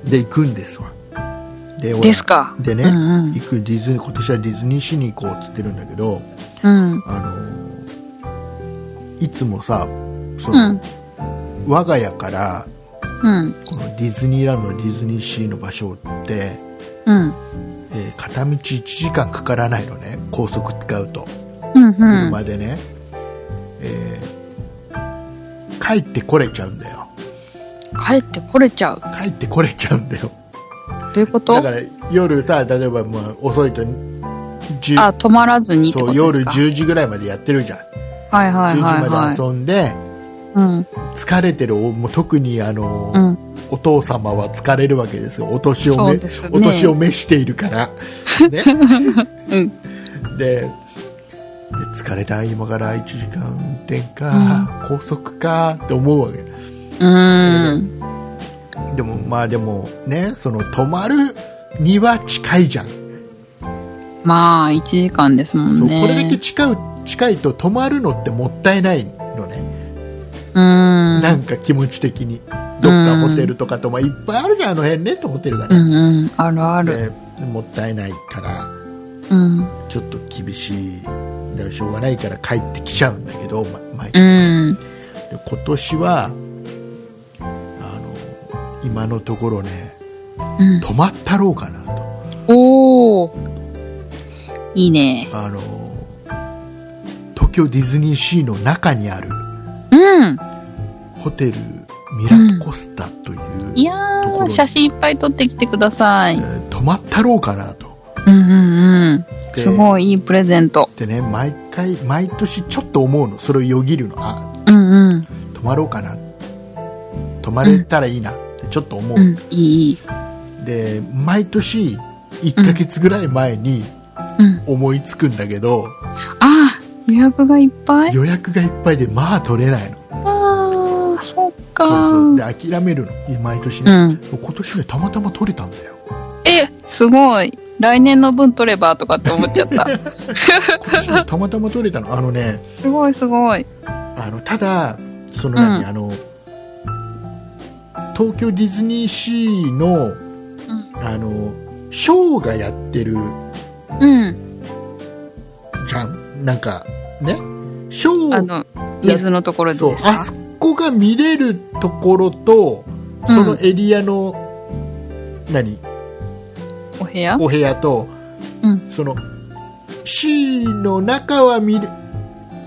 S2: で行くんですわで俺
S1: ですか。
S2: でね、
S1: うんうん
S2: 行くディズニー今年はディズニーシーに行こうっつってるんだけど
S1: うん。
S2: あのーいつもさそうの、
S1: ん。
S2: 我が家から
S1: うん。
S2: このディズニーランドのディズニーシーの場所って、
S1: うん。
S2: えー片道1時間かからないのね高速使うと
S1: うん。うん。
S2: 車でね、えー帰ってこれちゃうんだよ
S1: 帰ってこれちゃう。ど
S2: 帰ってこれちゃうんだよ
S1: ういうこと
S2: だから夜さ例えばまあ遅いと10
S1: あ、止まらずにってこ
S2: そ
S1: と
S2: う夜
S1: ですか。
S2: 10時ぐらいまでやってるじゃん、
S1: はいはいはいは
S2: 10時ま
S1: い
S2: で。遊んで
S1: うん。
S2: 疲れてるおもう特にあの、
S1: うん。
S2: お父様は疲れるわけですよお年を
S1: そ
S2: め、
S1: うですね
S2: お年を召している から、ね
S1: うん。
S2: でで疲れた今から1時間運転か、高速かって思うわけ
S1: うん。
S2: でもまあでもねその止まるには近いじゃん、
S1: まあ、1時間ですも
S2: そ
S1: ん
S2: う
S1: ね。
S2: これだけ近い近いと止まるのってもったいないのね、
S1: うん。
S2: なんか気持ち的にどっかホテルとかと、まあ、いっぱいあるじゃんあの辺ねとホテルが
S1: う
S2: ね、
S1: んうん。あるある。
S2: でもったいないから
S1: うん。
S2: ちょっと厳しいだからしょうがないから帰ってきちゃうんだけど、ま、毎
S1: う
S2: 回
S1: ん。
S2: で今年はあの今のところね
S1: うん。
S2: 泊まったろうかなと
S1: おお。いいね。
S2: あの東京ディズニーシーの中にある
S1: うん。
S2: ホテルミラコスタという、
S1: いや
S2: ところ
S1: ー、
S2: に
S1: 写真いっぱい撮ってきてくださ
S2: え
S1: い。
S2: ー泊まったろうかなと
S1: うんうんうん。
S2: です
S1: ごいいいプレゼント。
S2: でね毎回毎年ちょっと思うのそれをよぎるのあ
S1: うんうん。
S2: 泊まろうかな泊まれたらいいなってちょっと思う、
S1: うん、いいいい。
S2: で毎年1ヶ月ぐらい前に
S1: うん。
S2: 思いつくんだけど、
S1: あー、予約がいっぱい
S2: 予約がいっぱいでまあ取れないの
S1: あー、そっか
S2: そう
S1: ー
S2: そうで諦めるの毎年
S1: う
S2: ね、
S1: ん。
S2: 今年ねたまたま取れたんだよ
S1: え、すごい。来年の分取ればとかって思っちゃ った。
S2: 今年ねたまたま取れたのあのね
S1: すごいすごい。
S2: あのただその何、
S1: うん
S2: あの東京ディズニーシー
S1: う
S2: の
S1: ん。
S2: あのショーがやってる
S1: うん。
S2: じゃんなんかねショー
S1: あの、水のところで
S2: そう
S1: です
S2: あ
S1: か
S2: そこが見れるところとそのエリアの、何
S1: お部屋
S2: お部屋と、
S1: うん
S2: その C の中は見れ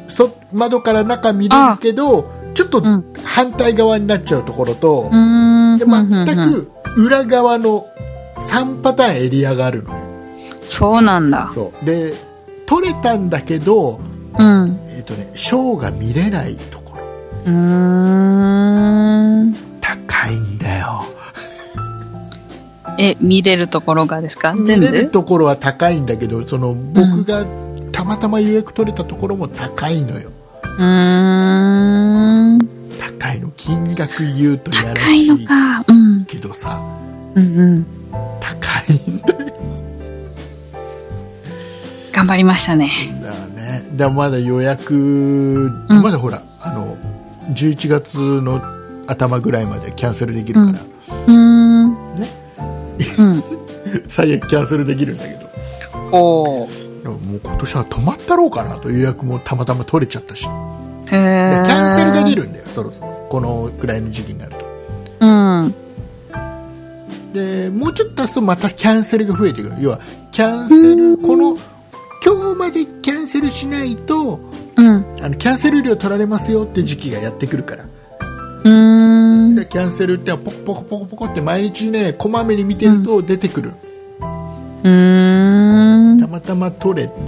S2: そ窓から中見れるけどちょっと
S1: うん
S2: 反対側になっちゃうところと
S1: う、ーん。
S2: で
S1: うんうんうん
S2: 全く裏側の3パターンエリアがあるのよ
S1: そうなんだ。
S2: そうで取れたんだけど、
S1: うん。う
S2: えっとね、ショーが見れないところ
S1: ーん。
S2: 高いんだよ
S1: え、見れるところがですか
S2: 見
S1: 全
S2: れる
S1: 部
S2: ところは高いんだけどその僕がたまたま予約取れたところも高いのよ
S1: うーん。
S2: 高いの金額言うとやら
S1: 高
S2: し
S1: いの
S2: い
S1: か。うん。
S2: けどさ
S1: うんうん。
S2: 高いんだよ
S1: 頑張りましたね。
S2: ねだからまだ予約、
S1: ん
S2: まだほらあの11月の頭ぐらいまでキャンセルできるから、
S1: うーん。
S2: ね
S1: うん。
S2: 最悪キャンセルできるんだけど
S1: お
S2: でももう今年は泊まったろうかなと予約もたまたま取れちゃったしで
S1: へえ
S2: キ。ャンセルが出るんだよそろそろこのくらいの時期になると
S1: うん。
S2: でもうちょっと足すとまたキャンセルが増えてくる要はキャンセルこの今日までキャンセルしないと
S1: うん。
S2: あのキャンセル料取られますよって時期がやってくるから
S1: うーん。
S2: でキャンセルってポコポコポコポコって毎日ねこまめに見てると出てくる、
S1: うーん。
S2: たまたま取れて
S1: うん。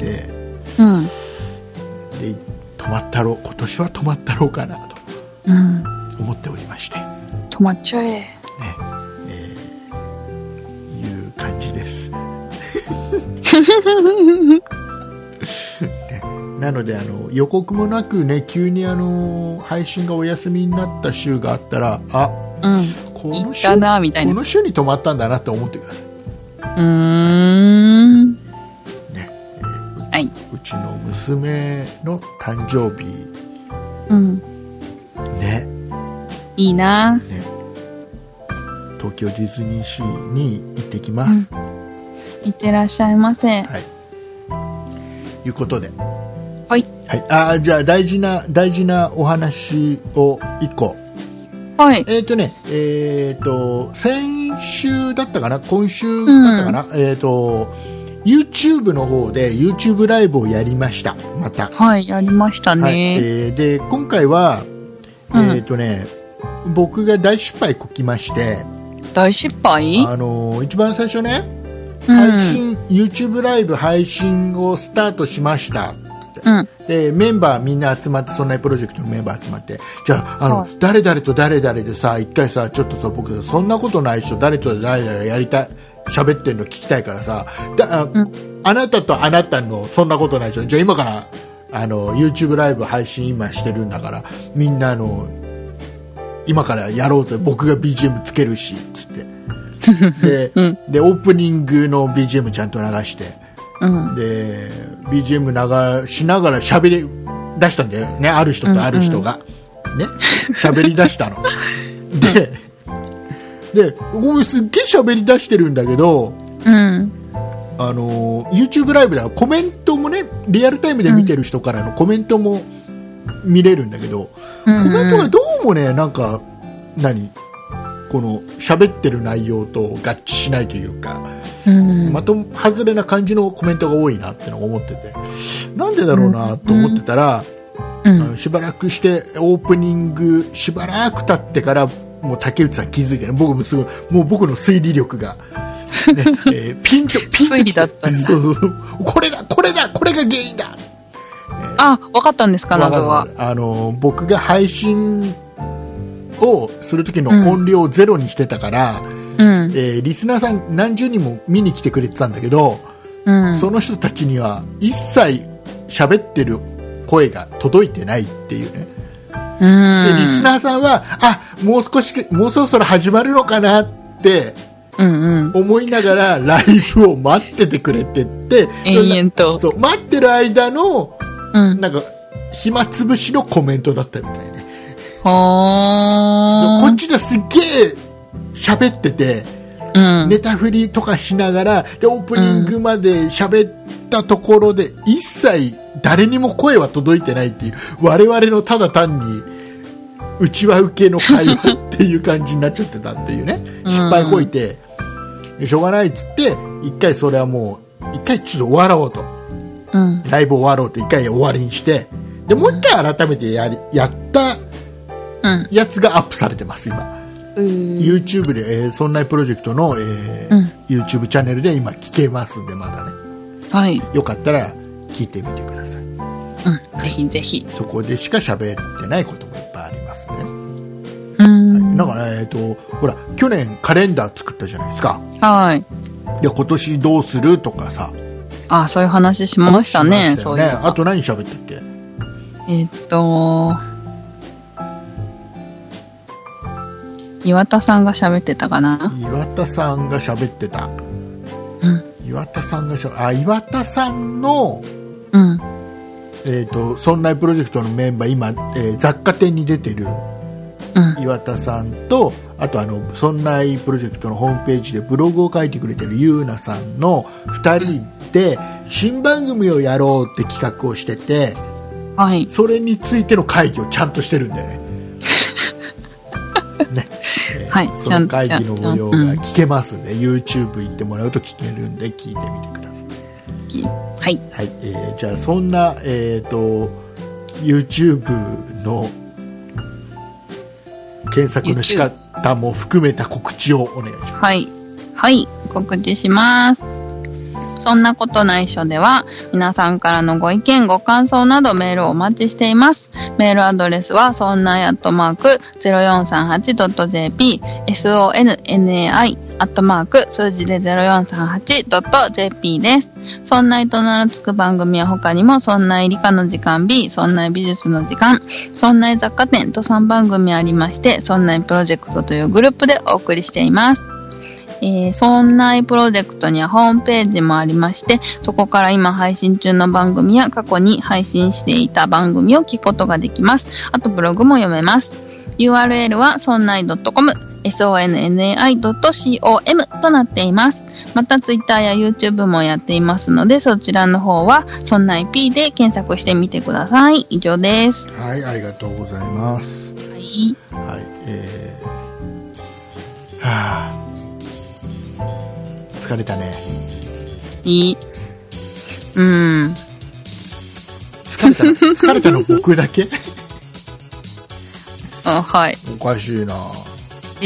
S2: で泊まったろう今年は泊まったろうかなと
S1: うん。
S2: 思っておりまして、ね
S1: 止まっちゃえ。
S2: えーいう感 じです、ね、なのであの予告もなくね急にあの配信がお休みになった週があったらあ
S1: うん。
S2: こ
S1: 行
S2: の
S1: っ
S2: 週
S1: たな、みたい
S2: こ
S1: な。う
S2: の週に泊まったんだなって思ってください
S1: ーん。
S2: ね、えー
S1: はいう
S2: ちの娘の誕生日
S1: うん。
S2: ね
S1: いいな。
S2: ね東京ディズニーシーに行ってきます、
S1: いってらっしゃいませ。
S2: はいいうことで、
S1: はい。
S2: はい、あーじゃあ大事な大事なお話を1個
S1: はい。
S2: えっ、とねえっ、と先週だったかな今週だったかな、えっ、と YouTube の方で YouTube ライブをやりましたまた
S1: はい、やりました
S2: はい、
S1: ね。
S2: えーで今回は、
S1: うん
S2: えっ、とね僕が大失敗こきまして、
S1: 大失敗
S2: あのー一番最初ね、
S1: う
S2: 配
S1: ん。
S2: 信 YouTube ライブ配信をスタートしました
S1: うん。
S2: でメンバーみんな集まってそんなプロジェクトのメンバー集まってじゃああの、
S1: はい
S2: 誰々と誰々でさ一回さちょっとさ僕そんなことないっしょ誰と誰々やりたい喋ってるの聞きたいからさだあ,、
S1: ん
S2: あなたとあなたのそんなことないっしょじゃあ今からあの YouTube ライブ配信今してるんだからみんなあの今からやろうぜ僕が BGM つけるしつってで,、
S1: うん
S2: でオープニングの BGM ちゃんと流して。
S1: うん。
S2: で BGM 流しながら喋り出したんだよねある人とある人が、ね喋り出 したのででごめんすっげえ喋り出してるんだけど
S1: うん。
S2: あのー YouTube ライブだからコメントもねリアルタイムで見てる人からのコメントも見れるんだけど、
S1: コ
S2: コメントがどうもねなんか何この喋ってる内容と合致しないというか、
S1: うん。
S2: まとも外れな感じのコメントが多いなってのを思っててなんでだろうなと思ってたら、
S1: う
S2: あ
S1: ん。
S2: のしばらくしてオープニングしばらく経ってからもう竹内さん気づいてね僕もすごいもう僕の推理力が、 ねえーピンとピンと
S1: 推理だったんだ
S2: そうそうそうこれだこれだこれが原因だ
S1: あ、わかったんですか、謎
S2: わ
S1: は
S2: か。るあの僕が配信をする時の
S1: うん
S2: 音量をゼロにしてたから、
S1: うん。
S2: えーリスナーさん何十人も見に来てくれてたんだけど、
S1: うん。
S2: その人たちには一切喋ってる声が届いてないっていうね。
S1: う
S2: で、リス
S1: ん。
S2: ナーさんは、あ、もう少し、もうそろそろ始まるのかなって
S1: うんうん。
S2: 思いなが らライブを待っててくれてって、
S1: 延々と。
S2: そう、待ってる間の、
S1: うん。
S2: なんか、暇つぶしのコメントだったみたいね。
S1: ほ
S2: こ
S1: ー
S2: っ
S1: ん。
S2: ちですっげえ喋ってて、
S1: うん。
S2: ネタ振りとかしながらでオープニングまで喋ったところで、一切誰にも声は届いてないっていう我々のただ単にうちわ受けの会話っていう感じになっちゃってたっていうね
S1: うん
S2: 失敗こいて、しょうがないっつって一回それはもう一回ちょっと終わろうと
S1: うん。
S2: ライブ終わろうと一回終わりにしてでもう一回改めてやりやった
S1: うん。
S2: やつがアップされてます今。YouTube で、えー、そんなプロジェクトの、えー
S1: うん
S2: YouTube チャンネルで今聞けますんでまだね
S1: はい。
S2: よかったら聞いてみてください
S1: うん。ぜひぜひ。
S2: そこでしか喋ってないこともいっぱいありますね、
S1: うん。
S2: だから、えー、とほら去年カレンダー作ったじゃないですか
S1: はい。
S2: いや今年どうするとかさ
S1: あ、そういう話しましたね。
S2: 話し
S1: そ
S2: ま
S1: う
S2: し
S1: いう
S2: たよね
S1: の
S2: あ
S1: が。
S2: と何喋ったっけ
S1: えっと、岩田さんが喋ってたかな。
S2: 岩田さんが喋ってた
S1: うん。
S2: 岩田さんがしゃあ岩田さんの
S1: うん。
S2: えー、とそんなプロジェクトのメンバー今、えー雑貨店に出てる
S1: うん。
S2: 岩田さんとあとあの「そんないプロジェクト」のホームページでブログを書いてくれてるゆうなさんの2人で新番組をやろうって企画をしてて
S1: はい。
S2: それについての会議をちゃんとしてるんだ よね。ねえー
S1: はい
S2: そ
S1: ちゃ
S2: の
S1: ん
S2: 会議の模様
S1: ちゃん
S2: が
S1: うん
S2: 聞けますんで YouTube 行ってもらうと聞けるんで聞いてみてください。
S1: はい。
S2: はい、えーじゃあそんな、えー、と YouTube の検索の仕方も含めた告知をお願いします
S1: はい。はい。告知します。そんなことないしょでは、皆さんからのご意見、ご感想などメールをお待ちしています。メールアドレスは、そんないアットマーク 0438.jp、sonnai アットマーク数字で 0438.jp です。そんないと名のつく番組は他にも、そんない理科の時間 B、そんない美術の時間、そんない雑貨店と3番組ありまして、そんないプロジェクトというグループでお送りしています。えー、そんないプロジェクトにはホームページもありまして、そこから今配信中の番組や過去に配信していた番組を聞くことができます。あとブログも読めます。URL はそんない .com、sonnai.com となっています。また Twitter や YouTube もやっていますので、そちらの方はそんない P で検索してみてください。以上です。
S2: はい、ありがとうございます。
S1: はい。
S2: はい、えー、はあ、疲れたね。
S1: いい。うん。
S2: 疲れ たの疲れたの僕だけ
S1: あ、はい。
S2: おかしいな
S1: え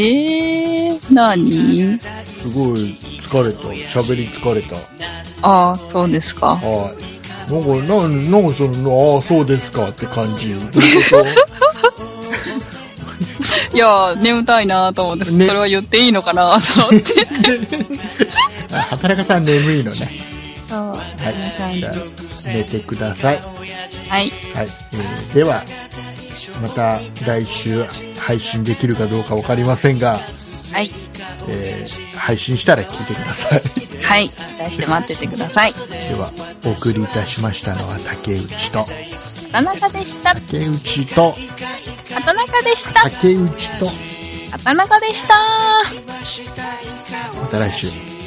S1: ー、なに
S2: すごい疲れた。喋り疲れた。
S1: ああ、そうですか。
S2: はい。なんか、なんなんかその、ああ、そうですかって感じ。どういうこ
S1: いやー、眠たいなーと思って、
S2: ね
S1: それは言っていいのかなーと思って。
S2: とあ働かさん眠いのね。
S1: そう、
S2: はい。じゃあ、寝てください。
S1: はい。
S2: はい、えーではまた来週配信できるかどうか分かりませんが、
S1: はい。
S2: えー配信したら聞いてください
S1: はい。期待して待っててください。
S2: ではお送りいたしましたのは竹内と
S1: 田中でした。
S2: 竹内と
S1: 畑中でした。
S2: 竹内と
S1: 畑中でしたー。
S2: また来週。